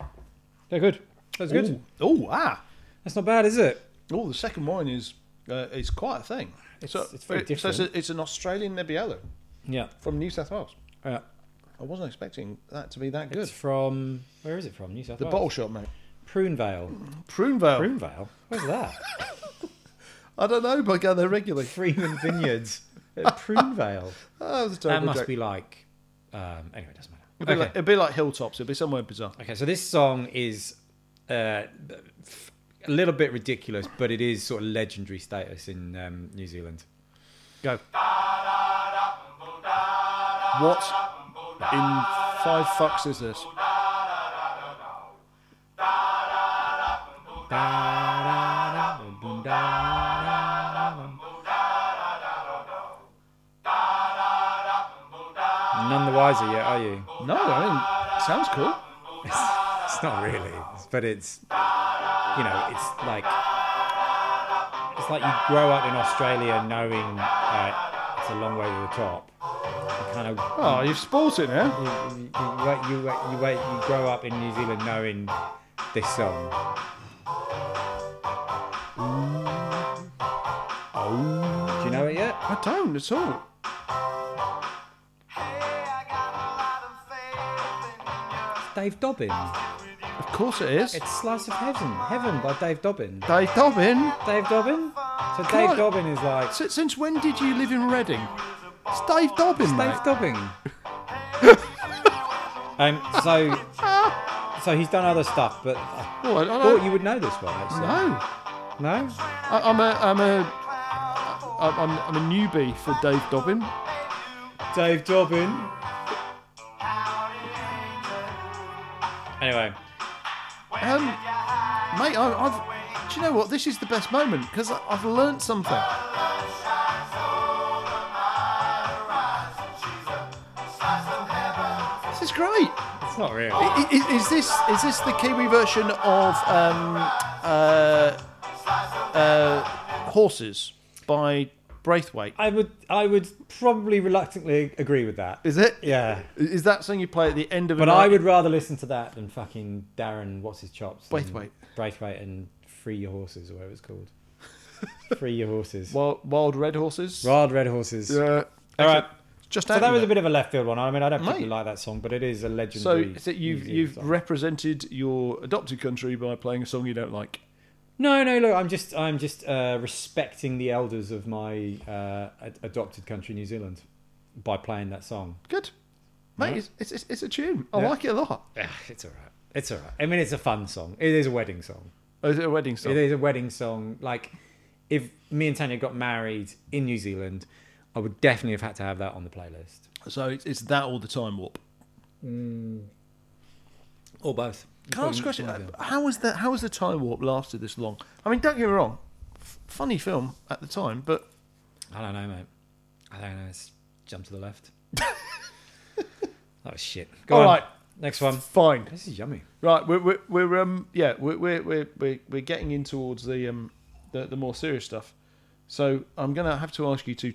Speaker 1: They're good. That's good.
Speaker 2: Oh, ah.
Speaker 1: That's not bad, is it?
Speaker 2: Oh, the second wine is uh, is quite a thing.
Speaker 1: It's-
Speaker 2: so, uh,
Speaker 1: it's very
Speaker 2: So it's,
Speaker 1: different.
Speaker 2: a, it's an Australian Nebbiolo
Speaker 1: Yeah.
Speaker 2: from New South Wales.
Speaker 1: Uh,
Speaker 2: I wasn't expecting that to be that good.
Speaker 1: it's from where is it from? New South
Speaker 2: the Oh.
Speaker 1: Wales.
Speaker 2: bottle shop, mate.
Speaker 1: Prune Vale.
Speaker 2: Prune Vale.
Speaker 1: Prune Vale. Where's that?
Speaker 2: I don't know, but I go there regularly.
Speaker 1: Freeman Vineyards. at Prune Vale.
Speaker 2: Oh, that's a
Speaker 1: That
Speaker 2: terrible
Speaker 1: must
Speaker 2: joke.
Speaker 1: be like. Um, anyway, it doesn't matter.
Speaker 2: It'd be, like, it'd be like hilltops. It'd be somewhere bizarre.
Speaker 1: Okay, so this song is uh, f- a little bit ridiculous, but it is sort of legendary status in um, New Zealand.
Speaker 2: Go. What in five fucks is this?
Speaker 1: None the wiser yet, are you?
Speaker 2: No, I mean, sounds cool.
Speaker 1: It's not really, but it's you know, it's like it's like you grow up in Australia knowing uh, it's a long way to the top. You kind of
Speaker 2: Oh, you've spoiled it now.
Speaker 1: you, you, you, wait- you, wait- you, wait- you grow up in New Zealand knowing this song. Do you know it yet?
Speaker 2: Oh, I don't at all.
Speaker 1: Dave Dobbin.
Speaker 2: Of course it is.
Speaker 1: It's Slice of Heaven. Heaven by Dave Dobbin.
Speaker 2: Dave Dobbin.
Speaker 1: Dave Dobbin? So
Speaker 2: Come on.
Speaker 1: Dave Dobbin is like.
Speaker 2: S- Since when did you live in Reading? It's Dave Dobbin, mate.
Speaker 1: Dave Dobbin. um, so, so he's done other stuff, but I
Speaker 2: Oh, I, I don't-
Speaker 1: thought you would know this one. Actually.
Speaker 2: no.
Speaker 1: No?
Speaker 2: I, I'm a, I'm a, I- I'm, I'm a newbie for Dave Dobbin.
Speaker 1: Dave Dobbin. Anyway,
Speaker 2: Um, mate, I, I've, do you know what? This is the best moment because I've learnt something. This is great.
Speaker 1: it's not real.
Speaker 2: I- i- Is, this is this the Kiwi version of um, uh, uh, Horses by Braithwaite?
Speaker 1: I would, I would probably reluctantly agree with that.
Speaker 2: Is it?
Speaker 1: Yeah,
Speaker 2: Is that something you play at the end of?
Speaker 1: but
Speaker 2: a
Speaker 1: I
Speaker 2: night?
Speaker 1: would rather listen to that than fucking Darren, what's his chops? and
Speaker 2: Braithwaite.
Speaker 1: Braithwaite and Free Your Horses, or whatever it's called. Free Your Horses.
Speaker 2: Wild, wild Red Horses.
Speaker 1: Wild Red Horses. All
Speaker 2: All
Speaker 1: right.
Speaker 2: right. Just
Speaker 1: So that was a
Speaker 2: bit.
Speaker 1: bit of a left field one. I mean, I don't particularly
Speaker 2: Mate.
Speaker 1: like that song, but it is a
Speaker 2: So,
Speaker 1: legendary.
Speaker 2: so you've
Speaker 1: New Zealand
Speaker 2: you've
Speaker 1: song.
Speaker 2: represented your adopted country by playing a song you don't like.
Speaker 1: no, no, look, I'm just I'm just uh, respecting the elders of my uh, ad- adopted country, New Zealand, by playing that song.
Speaker 2: Good, mate. It's, it's, it's, it's a tune. I
Speaker 1: Yeah.
Speaker 2: like it a lot.
Speaker 1: Ah, it's all right. It's all right. I mean, it's a fun song. It is a wedding song.
Speaker 2: Oh, is it a wedding song?
Speaker 1: It is a wedding song. Like, if me and Tanya got married in New Zealand, I would definitely have had to have that on the playlist.
Speaker 2: So it's, it's that all the time warp.
Speaker 1: or both.
Speaker 2: Can I ask a question?
Speaker 1: Probably one of them.
Speaker 2: Uh, How was that? How was the time warp lasted this long? I mean, don't get me wrong, f- funny film at the time, but
Speaker 1: I don't know, mate. I don't know. It's jump to the left. oh shit! Go
Speaker 2: All
Speaker 1: on.
Speaker 2: right.
Speaker 1: next one.
Speaker 2: fine.
Speaker 1: This is yummy.
Speaker 2: Right, we're we're, we're um yeah we're we're we're we're, we're getting in towards the um the, the more serious stuff. So I'm gonna have to ask you to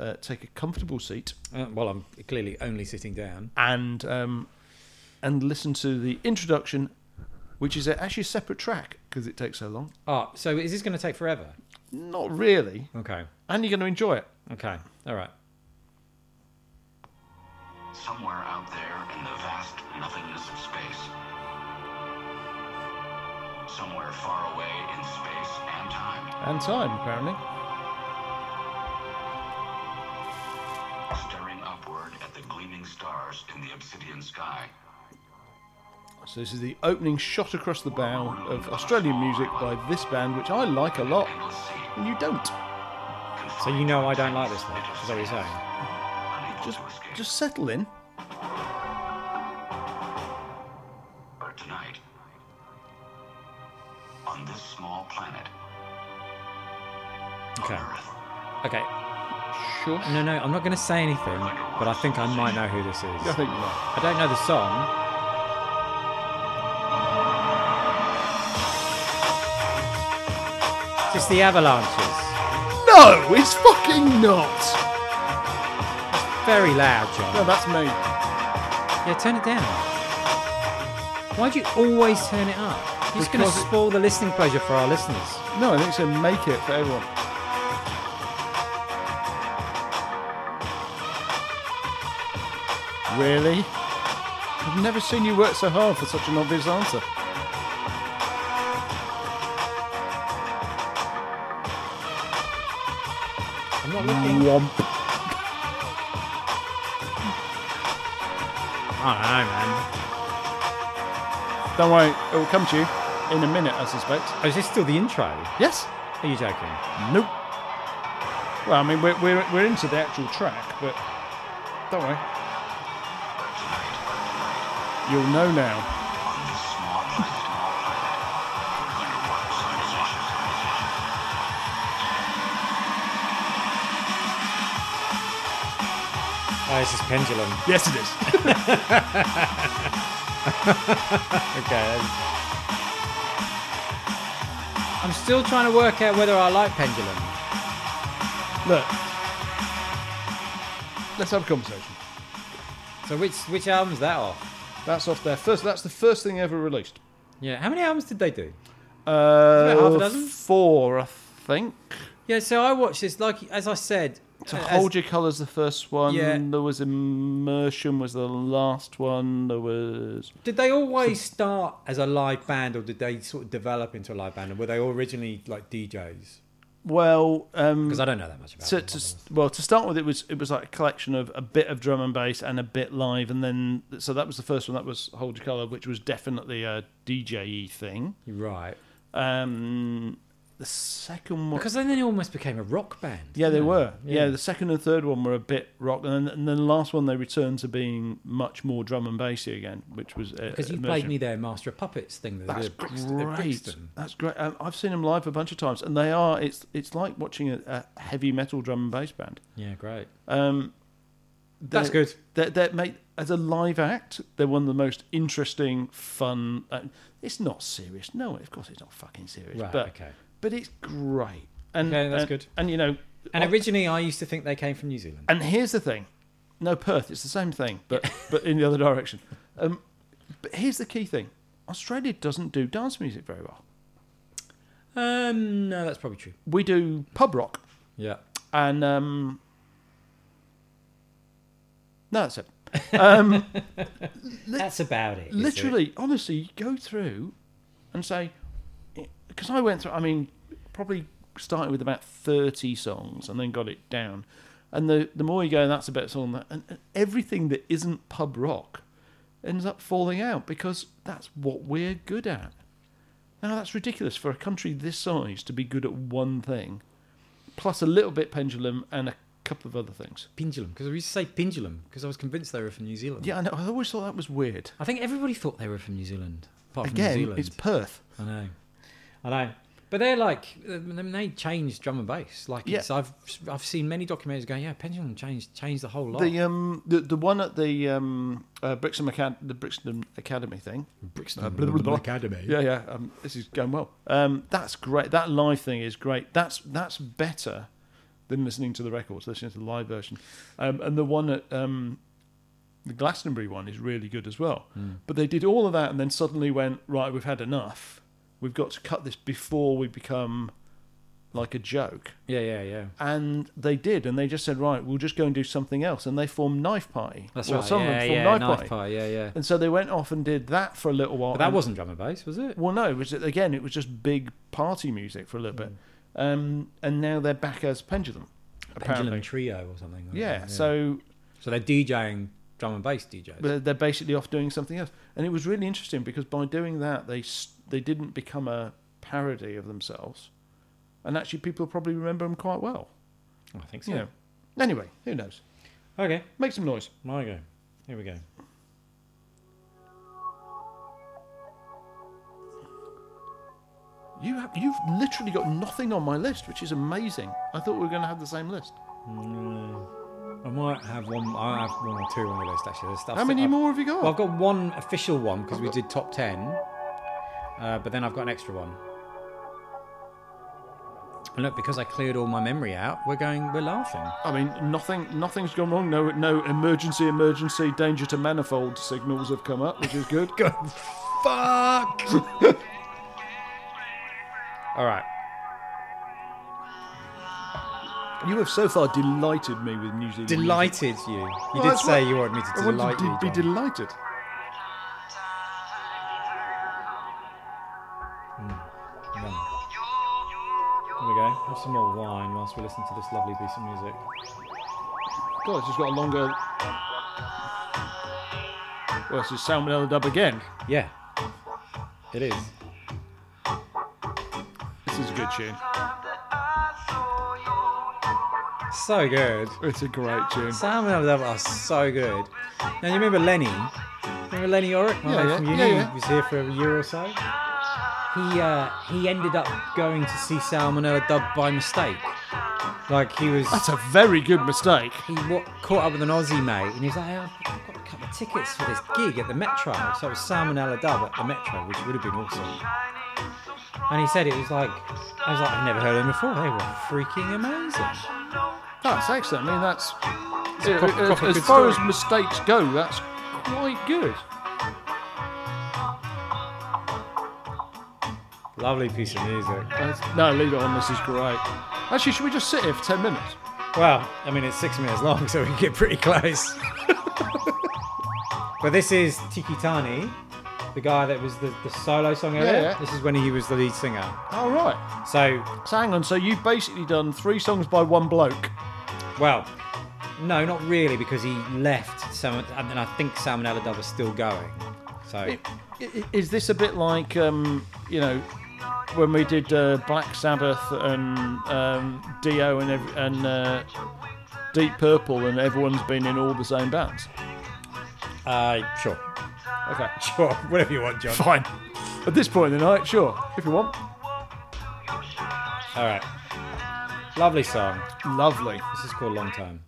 Speaker 2: uh, take a comfortable seat
Speaker 1: Uh, well, I'm clearly only sitting down.
Speaker 2: and um and listen to the introduction, which is actually a separate track because it takes so long.
Speaker 1: Ah, so is this going to take forever?
Speaker 2: Not really,
Speaker 1: Okay.
Speaker 2: and you're gonna enjoy it.
Speaker 1: Okay. All right.
Speaker 6: Somewhere out there in the vast nothingness of space. Somewhere far away in space and time.
Speaker 2: And time apparently.
Speaker 6: Staring upward at the gleaming stars in the obsidian sky.
Speaker 2: So this is the opening shot across the bow of Australian music by this band, which I like a lot,
Speaker 6: Endless sea.
Speaker 2: and you don't.
Speaker 1: Oh. So you know I don't like this one. Is that what you're saying?
Speaker 6: Unable
Speaker 2: Just
Speaker 6: to escape.
Speaker 2: just settle in.
Speaker 6: But tonight, on this small planet,
Speaker 1: Okay.
Speaker 6: Earth,
Speaker 1: Okay.
Speaker 2: Sure.
Speaker 1: No, no, I'm not going to say anything, but I think I might know who this
Speaker 2: I
Speaker 1: is.
Speaker 2: think you're right.
Speaker 1: I don't know the song. It's the Avalanches.
Speaker 2: No, it's fucking not.
Speaker 1: Very loud, John.
Speaker 2: No, that's me.
Speaker 1: Yeah, turn it down. Why do you always turn it up? You're just going to
Speaker 2: Because it-
Speaker 1: spoil the listening pleasure for our listeners.
Speaker 2: No, I think so. Make it for everyone. Really? I've never seen you work so hard for such an obvious answer.
Speaker 1: I'm not looking.
Speaker 2: Womp.
Speaker 1: I don't know,
Speaker 2: Don't worry, it will come to you in a minute, I suspect.
Speaker 1: man. Oh, is this still the intro?
Speaker 2: Yes.
Speaker 1: Are you joking?
Speaker 2: Nope. Well, I mean, we're, we're, we're into the actual track, but don't worry. You'll know now.
Speaker 6: on this small planet, small planet, underwater civilization.
Speaker 1: Oh, this is Pendulum.
Speaker 2: Yes, it is.
Speaker 1: Okay. I'm still trying to work out whether I like Pendulum.
Speaker 2: Look. Let's have a conversation.
Speaker 1: So which which album's that off?
Speaker 2: That's off there. First, that's the first thing ever released.
Speaker 1: Yeah. How many albums did they do?
Speaker 2: Uh,
Speaker 1: half a dozen?
Speaker 2: Four, I think.
Speaker 1: Yeah. So I watched this. Like as I said,
Speaker 2: To
Speaker 1: uh, as-
Speaker 2: hold your colours, the first one.
Speaker 1: Yeah.
Speaker 2: There was immersion, was the last one. There was
Speaker 1: Did they always start as a live band, or did they sort of develop into a live band? And were they originally like DJs?
Speaker 2: well. Um,
Speaker 1: Because I don't know that much about.
Speaker 2: to,
Speaker 1: them.
Speaker 2: to s- well to start with it was it was like a collection of a bit of drum and bass and a bit live and then so that was the first one that was hold your color which was definitely a dj thing
Speaker 1: right.
Speaker 2: um the second one
Speaker 1: Because then they almost became a rock band.
Speaker 2: yeah they
Speaker 1: didn't
Speaker 2: were yeah.
Speaker 1: Yeah.
Speaker 2: the second and third one were a bit rock and then, and then the last one they returned to being much more drum and bassy again which was uh,
Speaker 1: Because you played me their Master of Puppets thing. That
Speaker 2: that's
Speaker 1: they did at Brixton- at
Speaker 2: great.
Speaker 1: Brixton.
Speaker 2: That's great. Um, I've seen them live a bunch of times, and they are. It's it's like watching a, a heavy metal drum and bass band.
Speaker 1: Yeah, great.
Speaker 2: Um,
Speaker 1: That's
Speaker 2: they're-
Speaker 1: good.
Speaker 2: They're, they're mate, as a live act, they're one of the most interesting, fun. Uh, it's not serious. No, of course it's not fucking serious.
Speaker 1: Right,
Speaker 2: but,
Speaker 1: okay.
Speaker 2: But it's great. And
Speaker 1: Okay, that's
Speaker 2: and-
Speaker 1: good.
Speaker 2: And you know,
Speaker 1: And originally, I used to think they came from New Zealand.
Speaker 2: and here's the thing. No, Perth. It's the same thing, but but in the other direction. Um, but here's the key thing. Australia doesn't do dance music very well.
Speaker 1: Um, no, that's probably true.
Speaker 2: We do pub rock,
Speaker 1: Yeah.
Speaker 2: and um, no, that's it.
Speaker 1: That's about it. is
Speaker 2: literally, honestly, you go through and say, because I went through, I mean, probably started with about 30 songs and then got it down. And the, the more you go, that's a better song. than That, and, and everything that isn't pub rock ends up falling out because that's what we're good at. Now, that's ridiculous for a country this size to be good at one thing, plus a little bit pendulum and a couple of other things.
Speaker 1: Pendulum, because I used to say pendulum because I was convinced they were from New Zealand.
Speaker 2: Yeah, I know. I always thought that was weird.
Speaker 1: I think everybody thought they were from New Zealand. Apart from New
Speaker 2: Again,
Speaker 1: Zealand.
Speaker 2: it's Perth.
Speaker 1: I know, I know. But they're like, I mean, they changed drum and bass. Like,
Speaker 2: Yeah.
Speaker 1: it's, I've I've seen many documentaries going, yeah, pendulum changed changed the whole lot.
Speaker 2: The um the, the one at the um uh, Brixton Acad- the Brixton Academy thing.
Speaker 1: Brixton
Speaker 2: uh, blah, blah, blah.
Speaker 1: Academy.
Speaker 2: Yeah, yeah. Um, this is going well. Um, that's great. That live thing is great. That's that's better than listening to the records, listening to the live version. Um, and the one at um, the Glastonbury one is really good as well. But they did all of that and then suddenly went right. We've had enough. We've got to cut this before we become like a joke.
Speaker 1: yeah, yeah, yeah.
Speaker 2: And they did, and they just said, right, we'll just go and do something else. And they formed Knife Party.
Speaker 1: That's
Speaker 2: Well,
Speaker 1: right.
Speaker 2: some of them
Speaker 1: yeah,
Speaker 2: formed
Speaker 1: yeah,
Speaker 2: Knife,
Speaker 1: knife
Speaker 2: Party.
Speaker 1: pie. Yeah, yeah.
Speaker 2: And so they went off and did that for a little while.
Speaker 1: But that
Speaker 2: and-
Speaker 1: wasn't drum and bass, was it?
Speaker 2: well, no, it was again, it was just big party music for a little bit, um, and now they're back as Pendulum, apparently.
Speaker 1: Pendulum trio or something. wasn't
Speaker 2: yeah,
Speaker 1: it?
Speaker 2: so
Speaker 1: so they're DJing drum and bass DJs.
Speaker 2: they're they're basically off doing something else, and it was really interesting because by doing that, they s- they didn't become a parody of themselves, and actually, people probably remember them quite well.
Speaker 1: I think so.
Speaker 2: You know. Anyway, who knows?
Speaker 1: Okay,
Speaker 2: Make some noise.
Speaker 1: my go. Here we go.
Speaker 2: You have, you've literally got nothing on my list, which is amazing. I thought we were going to have the same list.
Speaker 1: I might have one. I have one or two on the list actually. There's stuff
Speaker 2: How
Speaker 1: that
Speaker 2: many
Speaker 1: I've-
Speaker 2: more have you got?
Speaker 1: Well, I've got one official one because we did top ten, uh, but then I've got an extra one. And look, because I cleared all my memory out, we're going. We're laughing.
Speaker 2: I mean, nothing, nothing's gone wrong. No, no emergency, emergency, danger to manifold signals have come up, which is good.
Speaker 1: Fuck. all right.
Speaker 2: You have so far delighted me with New Zealand. music.
Speaker 1: Delighted you. You
Speaker 2: Well,
Speaker 1: did
Speaker 2: that's
Speaker 1: say
Speaker 2: what-
Speaker 1: you wanted me to
Speaker 2: I want
Speaker 1: delight
Speaker 2: to
Speaker 1: you.
Speaker 2: de- be
Speaker 1: John.
Speaker 2: delighted.
Speaker 1: Here we go. Have some more wine whilst we listen to this lovely piece of music.
Speaker 2: God, it's just got a longer. Well, it's just salmonella dub again.
Speaker 1: Yeah. It is.
Speaker 2: This is a good tune.
Speaker 1: So good.
Speaker 2: It's a great tune.
Speaker 1: Sam and Abdul are so good. Now you remember Lenny? Remember Lenny Oric? My
Speaker 2: Yeah,
Speaker 1: mate
Speaker 2: yeah,
Speaker 1: from
Speaker 2: yeah,
Speaker 1: uni
Speaker 2: yeah.
Speaker 1: He was here for a year or so. He uh, he ended up going to see Salmonella Dub by mistake. Like he was
Speaker 2: That's a very good mistake.
Speaker 1: he wa- caught up with an Aussie mate and he was like, "Hey, I've got a couple of tickets for this gig at the Metro. So it was Salmonella Dub at the Metro, which would have been awesome. And he said it was like I was like, I've never heard of them before. They were freaking amazing.
Speaker 2: That's excellent. I mean, that's
Speaker 1: a proper-
Speaker 2: as-
Speaker 1: proper
Speaker 2: as,
Speaker 1: good story.
Speaker 2: far as mistakes go, that's quite good.
Speaker 1: Lovely piece of music.
Speaker 2: That's- Uh, no, leave it on. This is great. Actually, should we just sit here for ten minutes?
Speaker 1: Well, I mean, it's six minutes long, so we can get pretty close. but this is Tiki Tani, the guy that was the, the solo song earlier.
Speaker 2: yeah.
Speaker 1: This is when he was the lead singer.
Speaker 2: All right.
Speaker 1: So,
Speaker 2: So hang on, so you've basically done three songs by one bloke.
Speaker 1: well, no, not really, because he left. Sam, and then I think Salmonella Dove is still going. So,
Speaker 2: I- i- Is this a bit like, um, you know, when we did uh, Black Sabbath and um, Dio and, ev- and uh, Deep Purple and everyone's been in all the same bands?
Speaker 1: uh, sure,
Speaker 2: Okay,
Speaker 1: sure, whatever you want, John.
Speaker 2: fine. At this point in the night, sure, if you want.
Speaker 1: All right, lovely song.
Speaker 2: Lovely.
Speaker 1: This is called Long Time.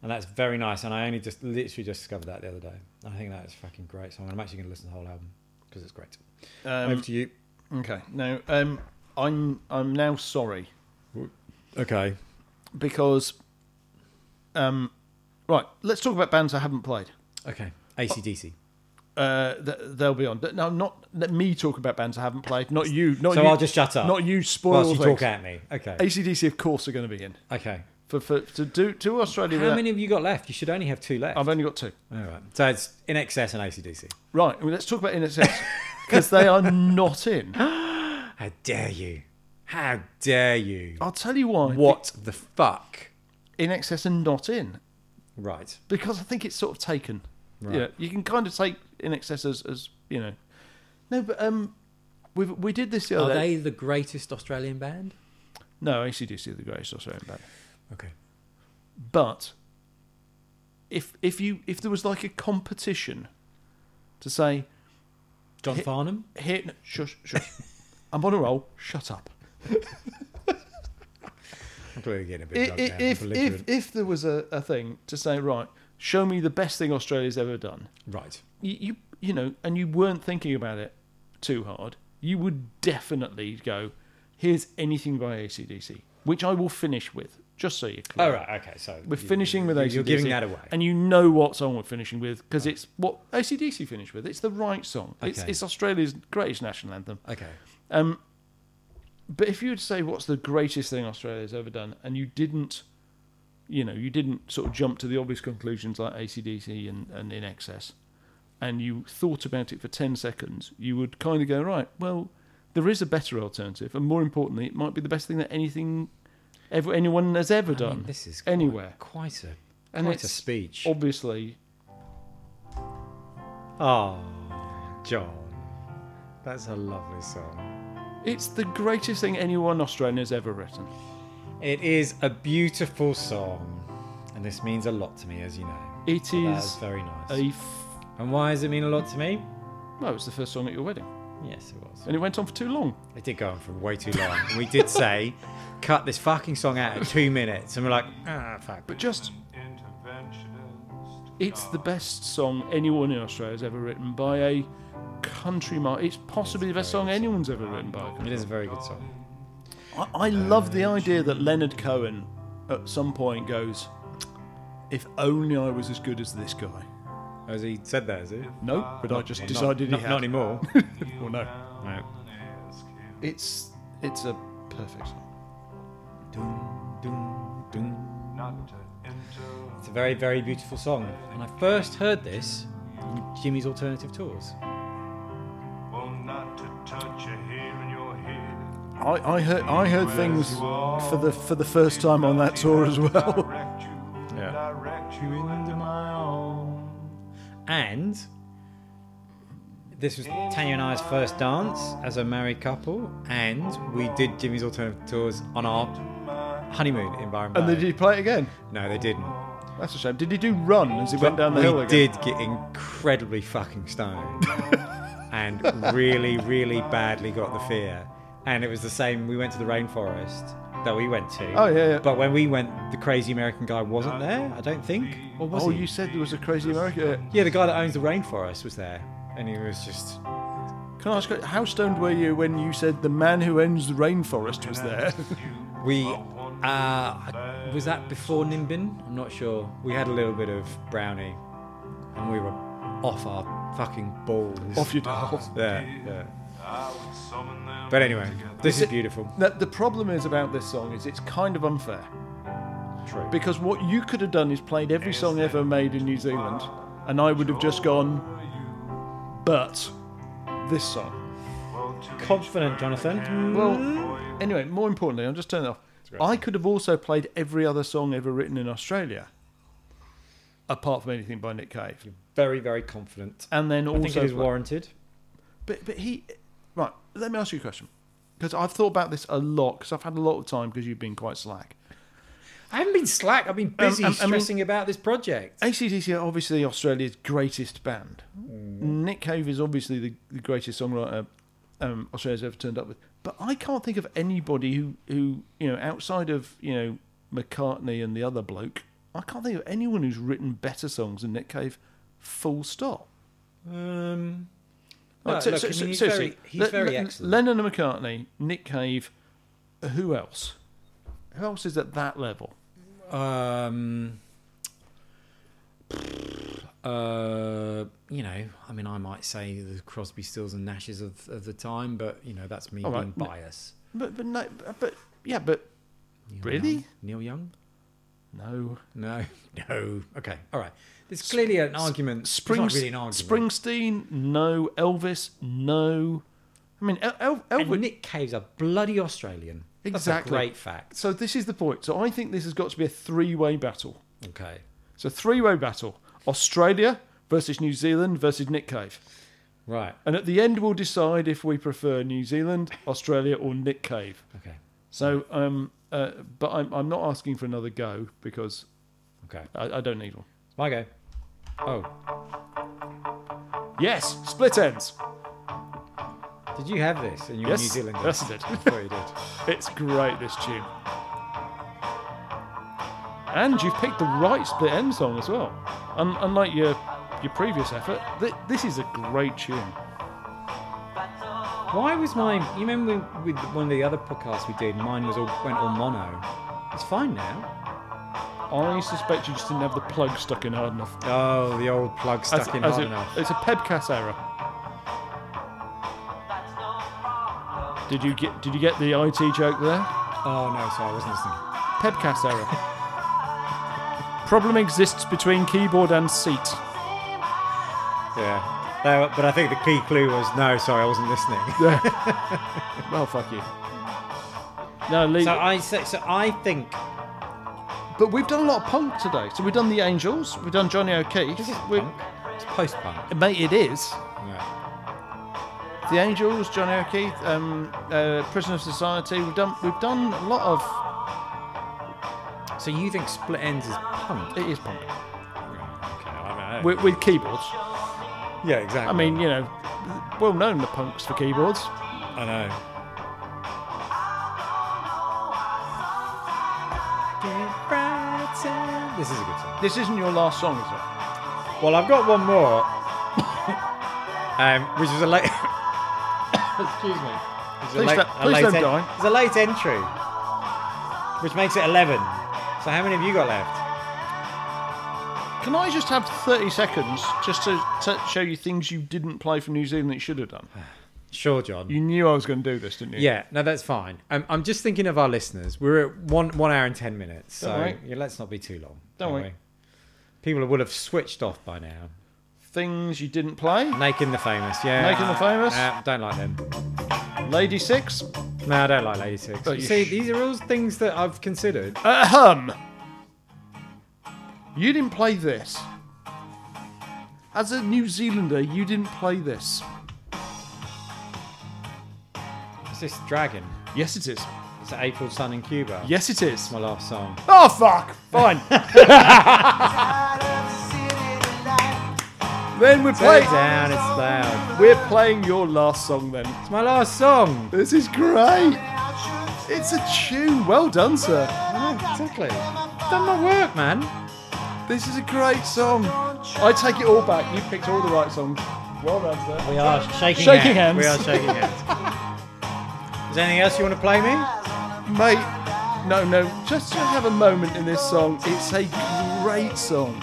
Speaker 1: And that's very nice. And I only just literally just discovered that the other day. I think that is a fucking great song. And I'm actually going to listen to the whole album because it's great.
Speaker 2: Um,
Speaker 1: Over to you.
Speaker 2: Okay, now um, I'm I'm now sorry
Speaker 1: Okay.
Speaker 2: because, um, right, let's talk about bands I haven't played.
Speaker 1: Okay. ACDC.
Speaker 2: uh, th- they'll be on. But No, not let me talk about bands I haven't played. Not you. Not
Speaker 1: So
Speaker 2: you,
Speaker 1: I'll just shut up.
Speaker 2: Not you. Spoil
Speaker 1: Whilst you
Speaker 2: things.
Speaker 1: talk at me. Okay.
Speaker 2: ACDC, of course, are going to be in
Speaker 1: Okay.
Speaker 2: for, for to do to Australia.
Speaker 1: How
Speaker 2: without-
Speaker 1: many have you got left? You should only have two left.
Speaker 2: I've only got two.
Speaker 1: All right. So it's in excess and ACDC.
Speaker 2: Right. I mean, let's talk about NSS because they are not in.
Speaker 1: How dare you? How dare you?
Speaker 2: I'll tell you why.
Speaker 1: What the fuck?
Speaker 2: in excess and not in
Speaker 1: Right.
Speaker 2: because I think it's sort of taken. Right. You, know, you can kind of take in excess as, as you know. No, but um, we we did this the
Speaker 1: Are
Speaker 2: other day.
Speaker 1: they the greatest Australian band?
Speaker 2: No, ACDC are the greatest Australian band.
Speaker 1: Okay.
Speaker 2: But if if you if there was like a competition to say
Speaker 1: John Farnham.
Speaker 2: here no, shush shush I'm on a roll shut up
Speaker 1: I'm clearly getting a bit
Speaker 2: I-
Speaker 1: drugged
Speaker 2: i-
Speaker 1: out and
Speaker 2: if if
Speaker 1: belligerent.
Speaker 2: if there was a, a thing to say right show me the best thing Australia's ever done
Speaker 1: right.
Speaker 2: you, you you know, and you weren't thinking about it too hard, you would definitely go, here's anything by ACDC, which I will finish with, just so you're clear.
Speaker 1: All right. Okay. So
Speaker 2: We're
Speaker 1: you-
Speaker 2: finishing with
Speaker 1: you-
Speaker 2: ACDC.
Speaker 1: Oh. You're giving that away. Oh.
Speaker 2: And you know what song we're finishing with because it's what ACDC finished with. It's the right song. It's,
Speaker 1: Okay.
Speaker 2: it's Australia's greatest national anthem.
Speaker 1: okay.
Speaker 2: But if you would say what's the greatest thing Australia's ever done, and you didn't, you know, you didn't sort of jump to the obvious conclusions like ACDC and, and In Excess, and you thought about it for 10 seconds, you would kind of go, right, well, there is a better alternative, and more importantly, it might be the best thing that anything, ever, anyone has ever
Speaker 1: I mean,
Speaker 2: done
Speaker 1: this is quite-
Speaker 2: anywhere.
Speaker 1: Quite a
Speaker 2: And
Speaker 1: quite a
Speaker 2: it's
Speaker 1: speech.
Speaker 2: Obviously,
Speaker 1: Oh, John. That's a lovely song.
Speaker 2: it's the greatest thing anyone Australian has ever written.
Speaker 1: It is a beautiful song. And this means a lot to me, as you know.
Speaker 2: It
Speaker 1: That's
Speaker 2: is
Speaker 1: very nice.
Speaker 2: a. F-
Speaker 1: And why does it mean a lot to me?
Speaker 2: no, it's the first song at your wedding,
Speaker 1: Yes, it was.
Speaker 2: and it went on for too long.
Speaker 1: It did go on for way too long. and we did say, cut this fucking song out at two minutes. And we're like, ah, fuck.
Speaker 2: But just
Speaker 3: Interventionist.
Speaker 2: It's the best song anyone in Australia has ever written by a country mar It's possibly the best song anyone's ever written by. a country-
Speaker 1: It is a very good song.
Speaker 2: I, I love the idea that Leonard Cohen at some point goes, If only I was as good as this guy.
Speaker 1: As Oh, he said that, is it?
Speaker 2: No, but I just decided
Speaker 1: not,
Speaker 2: he
Speaker 1: not
Speaker 2: had.
Speaker 1: anymore.
Speaker 2: Well, no.
Speaker 1: no.
Speaker 2: It's, it's a perfect song.
Speaker 1: Dun, dun, dun.
Speaker 3: Not to intervene.
Speaker 1: It's a very, very beautiful song. And I first heard this in Jimmy's Alternative Tours.
Speaker 3: Well, not to touch you here in your head.
Speaker 2: I, I heard I heard things for the for the first time on that tour as well.
Speaker 3: Direct you,
Speaker 1: Yeah.
Speaker 3: direct you into my own.
Speaker 1: And this was Tanya and I's first dance as a married couple, and we did Jimmy's alternative tours on our honeymoon in Byron
Speaker 2: And
Speaker 1: Bay.
Speaker 2: did he play it again?
Speaker 1: no, they didn't.
Speaker 2: That's a shame. Did he do Run as he went down the
Speaker 1: we
Speaker 2: hill again?
Speaker 1: did get incredibly fucking stoned, and really, really badly got the fear. And it was the same. We went to the rainforest that we went to.
Speaker 2: Oh, yeah, yeah.
Speaker 1: But when we went, the crazy American guy wasn't there. I don't think. Or was
Speaker 2: Oh,
Speaker 1: he?
Speaker 2: you said there was a crazy American.
Speaker 1: Yeah, the guy that owns the rainforest was there, and he was just.
Speaker 2: Can I ask, you, how stoned were you when you said the man who owns the rainforest was there?
Speaker 1: We uh, was that before Nimbin? I'm not sure. We had a little bit of brownie, and we were off our fucking balls.
Speaker 2: Off your dial.
Speaker 1: yeah, yeah.
Speaker 3: I would summon them.
Speaker 1: But anyway, this is
Speaker 2: it-
Speaker 1: beautiful.
Speaker 2: Now, the problem is about this song is it's kind of unfair
Speaker 1: True.
Speaker 2: because what you could have done is played every song ever made in New Zealand, and I would have just gone, but this song.
Speaker 1: Confident, Jonathan.
Speaker 2: Well, anyway, more importantly, I'll just turn it off. I could have also played every other song ever written in Australia, apart from anything by Nick Cave,
Speaker 1: Very, very confident.
Speaker 2: and then also
Speaker 1: I think it is
Speaker 2: play-
Speaker 1: warranted.
Speaker 2: But but he right. Let me ask you a question because I've thought about this a lot because I've had a lot of time because you've been quite slack.
Speaker 1: I haven't been slack. I've been busy
Speaker 2: um, I mean-
Speaker 1: stressing about this project.
Speaker 2: ACDC are obviously Australia's greatest band. Nick Cave is obviously the, the greatest songwriter um, Australia's ever turned up with. But I can't think of anybody who who you know outside of you know McCartney and the other bloke. I can't think of anyone who's written better songs than Nick Cave. Full stop. Oh,
Speaker 1: Um,
Speaker 2: Like,
Speaker 1: No,
Speaker 2: se-
Speaker 1: look,
Speaker 2: se-
Speaker 1: I mean,
Speaker 2: se-
Speaker 1: he's
Speaker 2: seriously,
Speaker 1: very- he's very excellent.
Speaker 2: Lennon and McCartney, Nick Cave, who else? Who else is at that level?
Speaker 1: um, uh, you know, I mean, I might say the Crosby, Stills, and Nashes of, of the time, but you know, that's me
Speaker 2: All right.
Speaker 1: being biased.
Speaker 2: But but no, but yeah, but
Speaker 1: Neil
Speaker 2: Really?
Speaker 1: Young? Neil Young?
Speaker 2: no.
Speaker 1: No, no. Okay, all right. There's clearly an argument. It's not really an argument.
Speaker 2: Springsteen, no. Elvis, no. I mean, El- El-
Speaker 1: And
Speaker 2: Elvis.
Speaker 1: Nick Cave's a bloody Australian. That's a
Speaker 2: Exactly.
Speaker 1: great fact.
Speaker 2: So this is the point. So I think this has got to be a three-way battle.
Speaker 1: Okay.
Speaker 2: It's a three-way battle: Australia versus New Zealand versus Nick Cave.
Speaker 1: Right.
Speaker 2: And at the end, we'll decide if we prefer New Zealand, Australia, or Nick Cave.
Speaker 1: Okay.
Speaker 2: So, um, uh, but I'm, I'm not asking for another go because
Speaker 1: Okay.
Speaker 2: I, I don't need one.
Speaker 1: My go. Oh,
Speaker 2: Yes, split ends.
Speaker 1: did you have this in your
Speaker 2: Yes,
Speaker 1: New Zealand?
Speaker 2: yes, I did.
Speaker 1: I thought you did.
Speaker 2: It's great, this tune. And you've picked the right split end song as well. Un- unlike your your previous effort, th- this is a great tune.
Speaker 1: Why was mine? You remember with one of the other podcasts we did, mine was all went all mono. It's fine now.
Speaker 2: I suspect you just didn't have the plug stuck in hard enough.
Speaker 1: Oh, the old plug stuck
Speaker 2: As-
Speaker 1: in
Speaker 2: as
Speaker 1: hard
Speaker 2: it-
Speaker 1: enough.
Speaker 2: It's a Pebcast error. Did you get Did you get the IT joke there?
Speaker 1: Oh no, sorry, I wasn't listening.
Speaker 2: Pebcast error. Problem exists between keyboard and seat.
Speaker 1: Yeah. No, but I think the key clue was no. Sorry, I wasn't listening.
Speaker 2: Well, fuck you. No, leave.
Speaker 1: so I so, so I think
Speaker 2: But we've done a lot of punk today. So we've done The Angels, we've done Johnny O'Keefe. we-
Speaker 1: punk. It's post punk.
Speaker 2: Mate, it is.
Speaker 1: Yeah.
Speaker 2: The Angels, Johnny O'Keefe, um, uh, Prisoner of Society. We've done we've done a lot of.
Speaker 1: So you think Split Ends is punk?
Speaker 2: It is punk.
Speaker 1: Okay, I
Speaker 2: With, with keyboards.
Speaker 1: yeah, exactly.
Speaker 2: I mean, you know, well known the punks for keyboards.
Speaker 1: I know. This is a good song.
Speaker 2: This isn't your last song, is
Speaker 1: Well, I've got one more, um, which is a late. Excuse me. It's
Speaker 2: Please don't- please don't die.
Speaker 1: It's a late entry, which makes it eleven. So how many have you got left?
Speaker 2: it? Can I just have 30 seconds just to, to show you things you didn't play for New Zealand that you should have done?
Speaker 1: Sure, John.
Speaker 2: You knew I was going to do this, didn't you?
Speaker 1: yeah, no, that's fine. Um, I'm just thinking of our listeners. We're at one one hour and ten minutes, so
Speaker 2: Don't worry.
Speaker 1: yeah, let's not be too long. are
Speaker 2: Don't worry.
Speaker 1: we? People would have switched off by now.
Speaker 2: Things you didn't play.
Speaker 1: Naked and the famous, yeah.
Speaker 2: Naked and the Famous?
Speaker 1: Uh, don't like them.
Speaker 2: Lady Six.
Speaker 1: No, I don't like Lady Six.
Speaker 2: Oh,
Speaker 1: you
Speaker 2: you
Speaker 1: see,
Speaker 2: sh-
Speaker 1: these are all things that I've considered. Uh,
Speaker 2: Ahem. You didn't play this. As a New Zealander, you didn't play this.
Speaker 1: Is this Dragon?
Speaker 2: Yes, it is.
Speaker 1: It's April Sun in Cuba.
Speaker 2: Yes, it is.
Speaker 1: My last song.
Speaker 2: Oh, fuck. Fine. then we're
Speaker 1: Play
Speaker 2: playing.
Speaker 1: down, it's loud.
Speaker 2: We're playing your last song then.
Speaker 1: It's my last song.
Speaker 2: This is great. It's a tune. Well done, sir.
Speaker 1: I know, exactly. I've done my work, man.
Speaker 2: This is a great song. I take it all back. You picked all the right songs. Well done, sir.
Speaker 1: We are shaking,
Speaker 2: Shaking hands.
Speaker 1: We are shaking hands. Is there anything else you want to play me?
Speaker 2: Mate, no, no, just to have a moment in this song. It's a great song.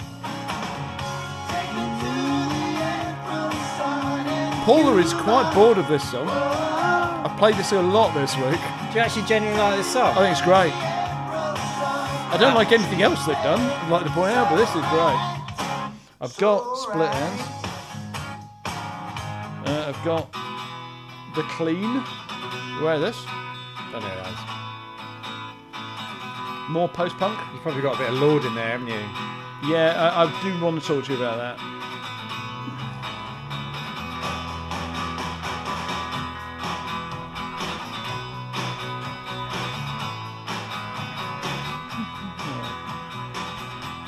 Speaker 2: Paula is quite bored of this song. I played this a lot this week.
Speaker 1: Do you actually genuinely like this
Speaker 2: I
Speaker 1: song?
Speaker 2: think it's great. I don't like anything else they've done, I'd like to point out, but this is great. I've got Split Hands. Uh, I've got The Clean. Where this?
Speaker 1: don't know that.
Speaker 2: More post punk.
Speaker 1: You've probably got a bit of Lord in there, haven't you?
Speaker 2: Yeah, I, I do want to talk to you about that.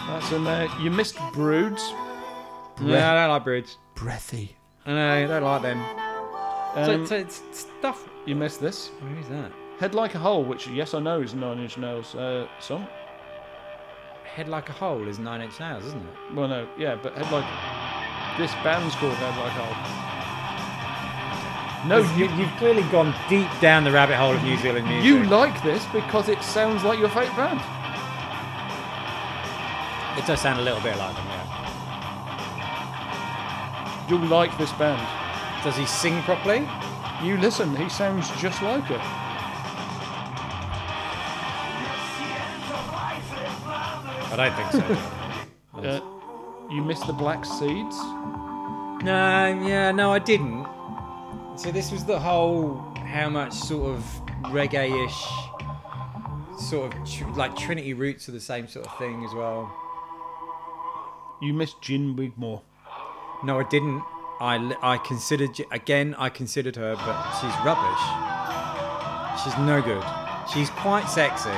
Speaker 2: That's in there. You missed Broods.
Speaker 1: No, I don't like Broods.
Speaker 2: Breathy.
Speaker 1: I know, I don't like them.
Speaker 2: Um,
Speaker 1: so, so it's stuff.
Speaker 2: you missed this.
Speaker 1: Where is that?
Speaker 2: Head Like a Hole, which, yes, I know is Nine Inch Nails uh, song.
Speaker 1: Head Like a Hole is Nine Inch Nails, isn't it?
Speaker 2: Well, no, yeah, but Head Like. This band's called Head Like a Hole. No, you,
Speaker 1: have clearly gone deep down the rabbit hole of New Zealand music.
Speaker 2: You like this because it sounds like your favourite band.
Speaker 1: it does sound a little bit like them, yeah.
Speaker 2: You like this band.
Speaker 1: Does he sing properly?
Speaker 2: You listen, he sounds just like her.
Speaker 1: I don't think so.
Speaker 2: Uh, you miss the Black Seeds.
Speaker 1: no, yeah, no, I didn't. So this was the whole how much sort of reggae-ish, sort of tr- like Trinity roots are the same sort of thing as well.
Speaker 2: You miss Gin Wigmore.
Speaker 1: No, I didn't. I, li- I considered again. I considered her, but she's rubbish. She's no good. She's quite sexy,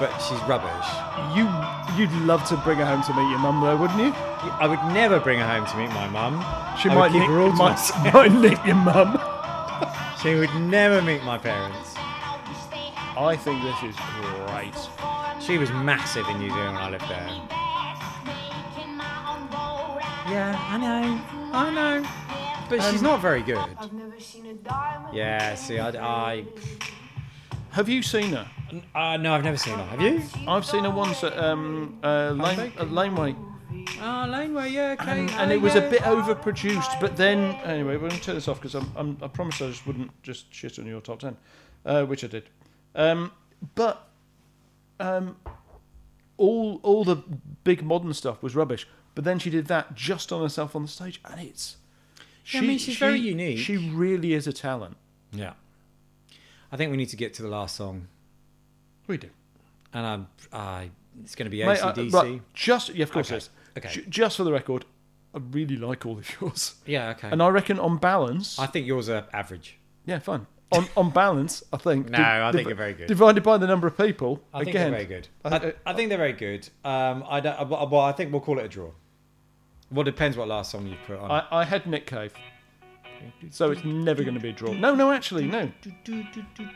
Speaker 1: but she's rubbish.
Speaker 7: You, you'd love to bring her home to meet your mum, though, wouldn't you?
Speaker 1: I would never bring her home to meet my mum.
Speaker 7: She
Speaker 1: I would
Speaker 7: might
Speaker 1: keep
Speaker 7: nick,
Speaker 1: her all to
Speaker 7: might, might nick your mum.
Speaker 1: She would never meet my parents.
Speaker 2: I think this is great.
Speaker 1: She was massive in New Zealand when I lived there. Yeah, I know. I know. But
Speaker 7: Um,
Speaker 1: she's not very good.
Speaker 8: I've never seen a diamond.
Speaker 1: Yeah, see, I'd- I-
Speaker 2: Have you seen her?
Speaker 1: Uh, no, I've never seen her. Have you?
Speaker 2: I've seen her once at um, uh, lane, at Laneway,
Speaker 1: Oh, Laneway, yeah, okay.
Speaker 2: and, and it was a bit overproduced. But then, anyway, we're going to turn this off because I'm, I'm, I promised I just wouldn't just shit on your top ten, uh, which I did. Um, but um, all all the big modern stuff was rubbish. But then she did that just on herself on the stage, and it's. She,
Speaker 1: I mean, she's very unique.
Speaker 2: She really is a talent.
Speaker 1: Yeah. I think we need to get to the last song.
Speaker 2: We do.
Speaker 1: And I'm, I, it's going to be
Speaker 2: Mate, I-
Speaker 1: ACDC.
Speaker 2: right, just yeah, of course
Speaker 1: Okay,
Speaker 2: it is.
Speaker 1: okay.
Speaker 2: Ju- Just for the record, I really like all of yours,
Speaker 1: Yeah, okay.
Speaker 2: and I reckon on balance,
Speaker 1: I think yours are average.
Speaker 2: yeah, fine. On on balance, I think.
Speaker 1: No,
Speaker 2: di-
Speaker 1: I think
Speaker 2: div-
Speaker 1: you're very good.
Speaker 2: Divided by the number of people,
Speaker 1: I think
Speaker 2: again,
Speaker 1: they're very good.
Speaker 2: I-
Speaker 1: I, I think they're very good. Um, I don't, I- well, I think we'll call it a draw. Well, depends what last song you put on.
Speaker 2: I, I had Nick Cave, so it's never going to be a draw. No, no, actually, no.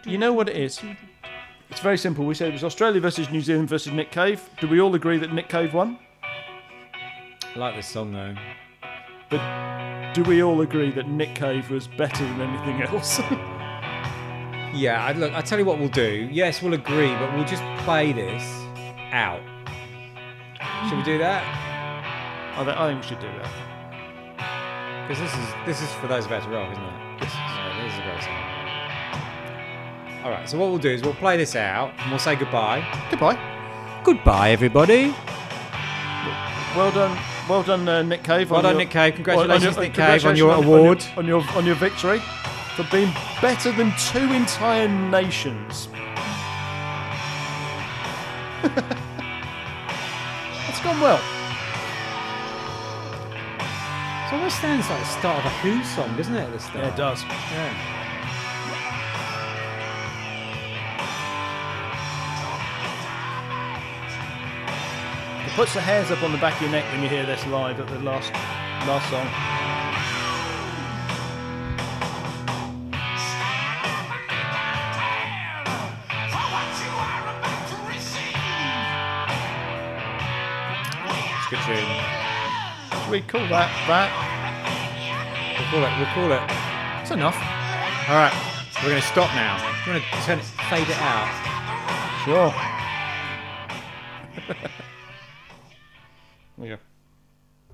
Speaker 2: You know what it is? It's very simple. We said it was Australia versus New Zealand versus Nick Cave. Do we all agree that Nick Cave won?
Speaker 1: I like this song though.
Speaker 2: Do we all agree that Nick Cave was better than anything else?
Speaker 1: Yeah, I, look, I tell you what we'll do. Yes, we'll agree, but we'll just play this out. Should we do that?
Speaker 2: I, th- I think we should do that.
Speaker 1: Because this is this is for those about to rock, isn't it? This is, yeah, this is a great song. All right, so what we'll do is we'll play this out and we'll say goodbye.
Speaker 2: Goodbye.
Speaker 1: Goodbye, everybody.
Speaker 2: Well done. Well done, uh, Nick Cave.
Speaker 1: Well
Speaker 2: on
Speaker 1: done,
Speaker 2: your-
Speaker 1: Nick Cave. Congratulations, Nick Cave, on
Speaker 2: congratulations
Speaker 1: your award.
Speaker 2: On your, on your on your victory for being better than two entire nations. it's gone well.
Speaker 1: So always sounds like the start of a Who song, doesn't it? At the start.
Speaker 2: Yeah, it does. It puts the hairs up on the back of your neck when you hear this live at the last last song.
Speaker 1: It's a good tune.
Speaker 2: Should we call that that?
Speaker 1: We'll call it. We'll call it.
Speaker 2: That's enough.
Speaker 1: All right, we're going to stop now. We're going to turn it, fade it out.
Speaker 2: Sure.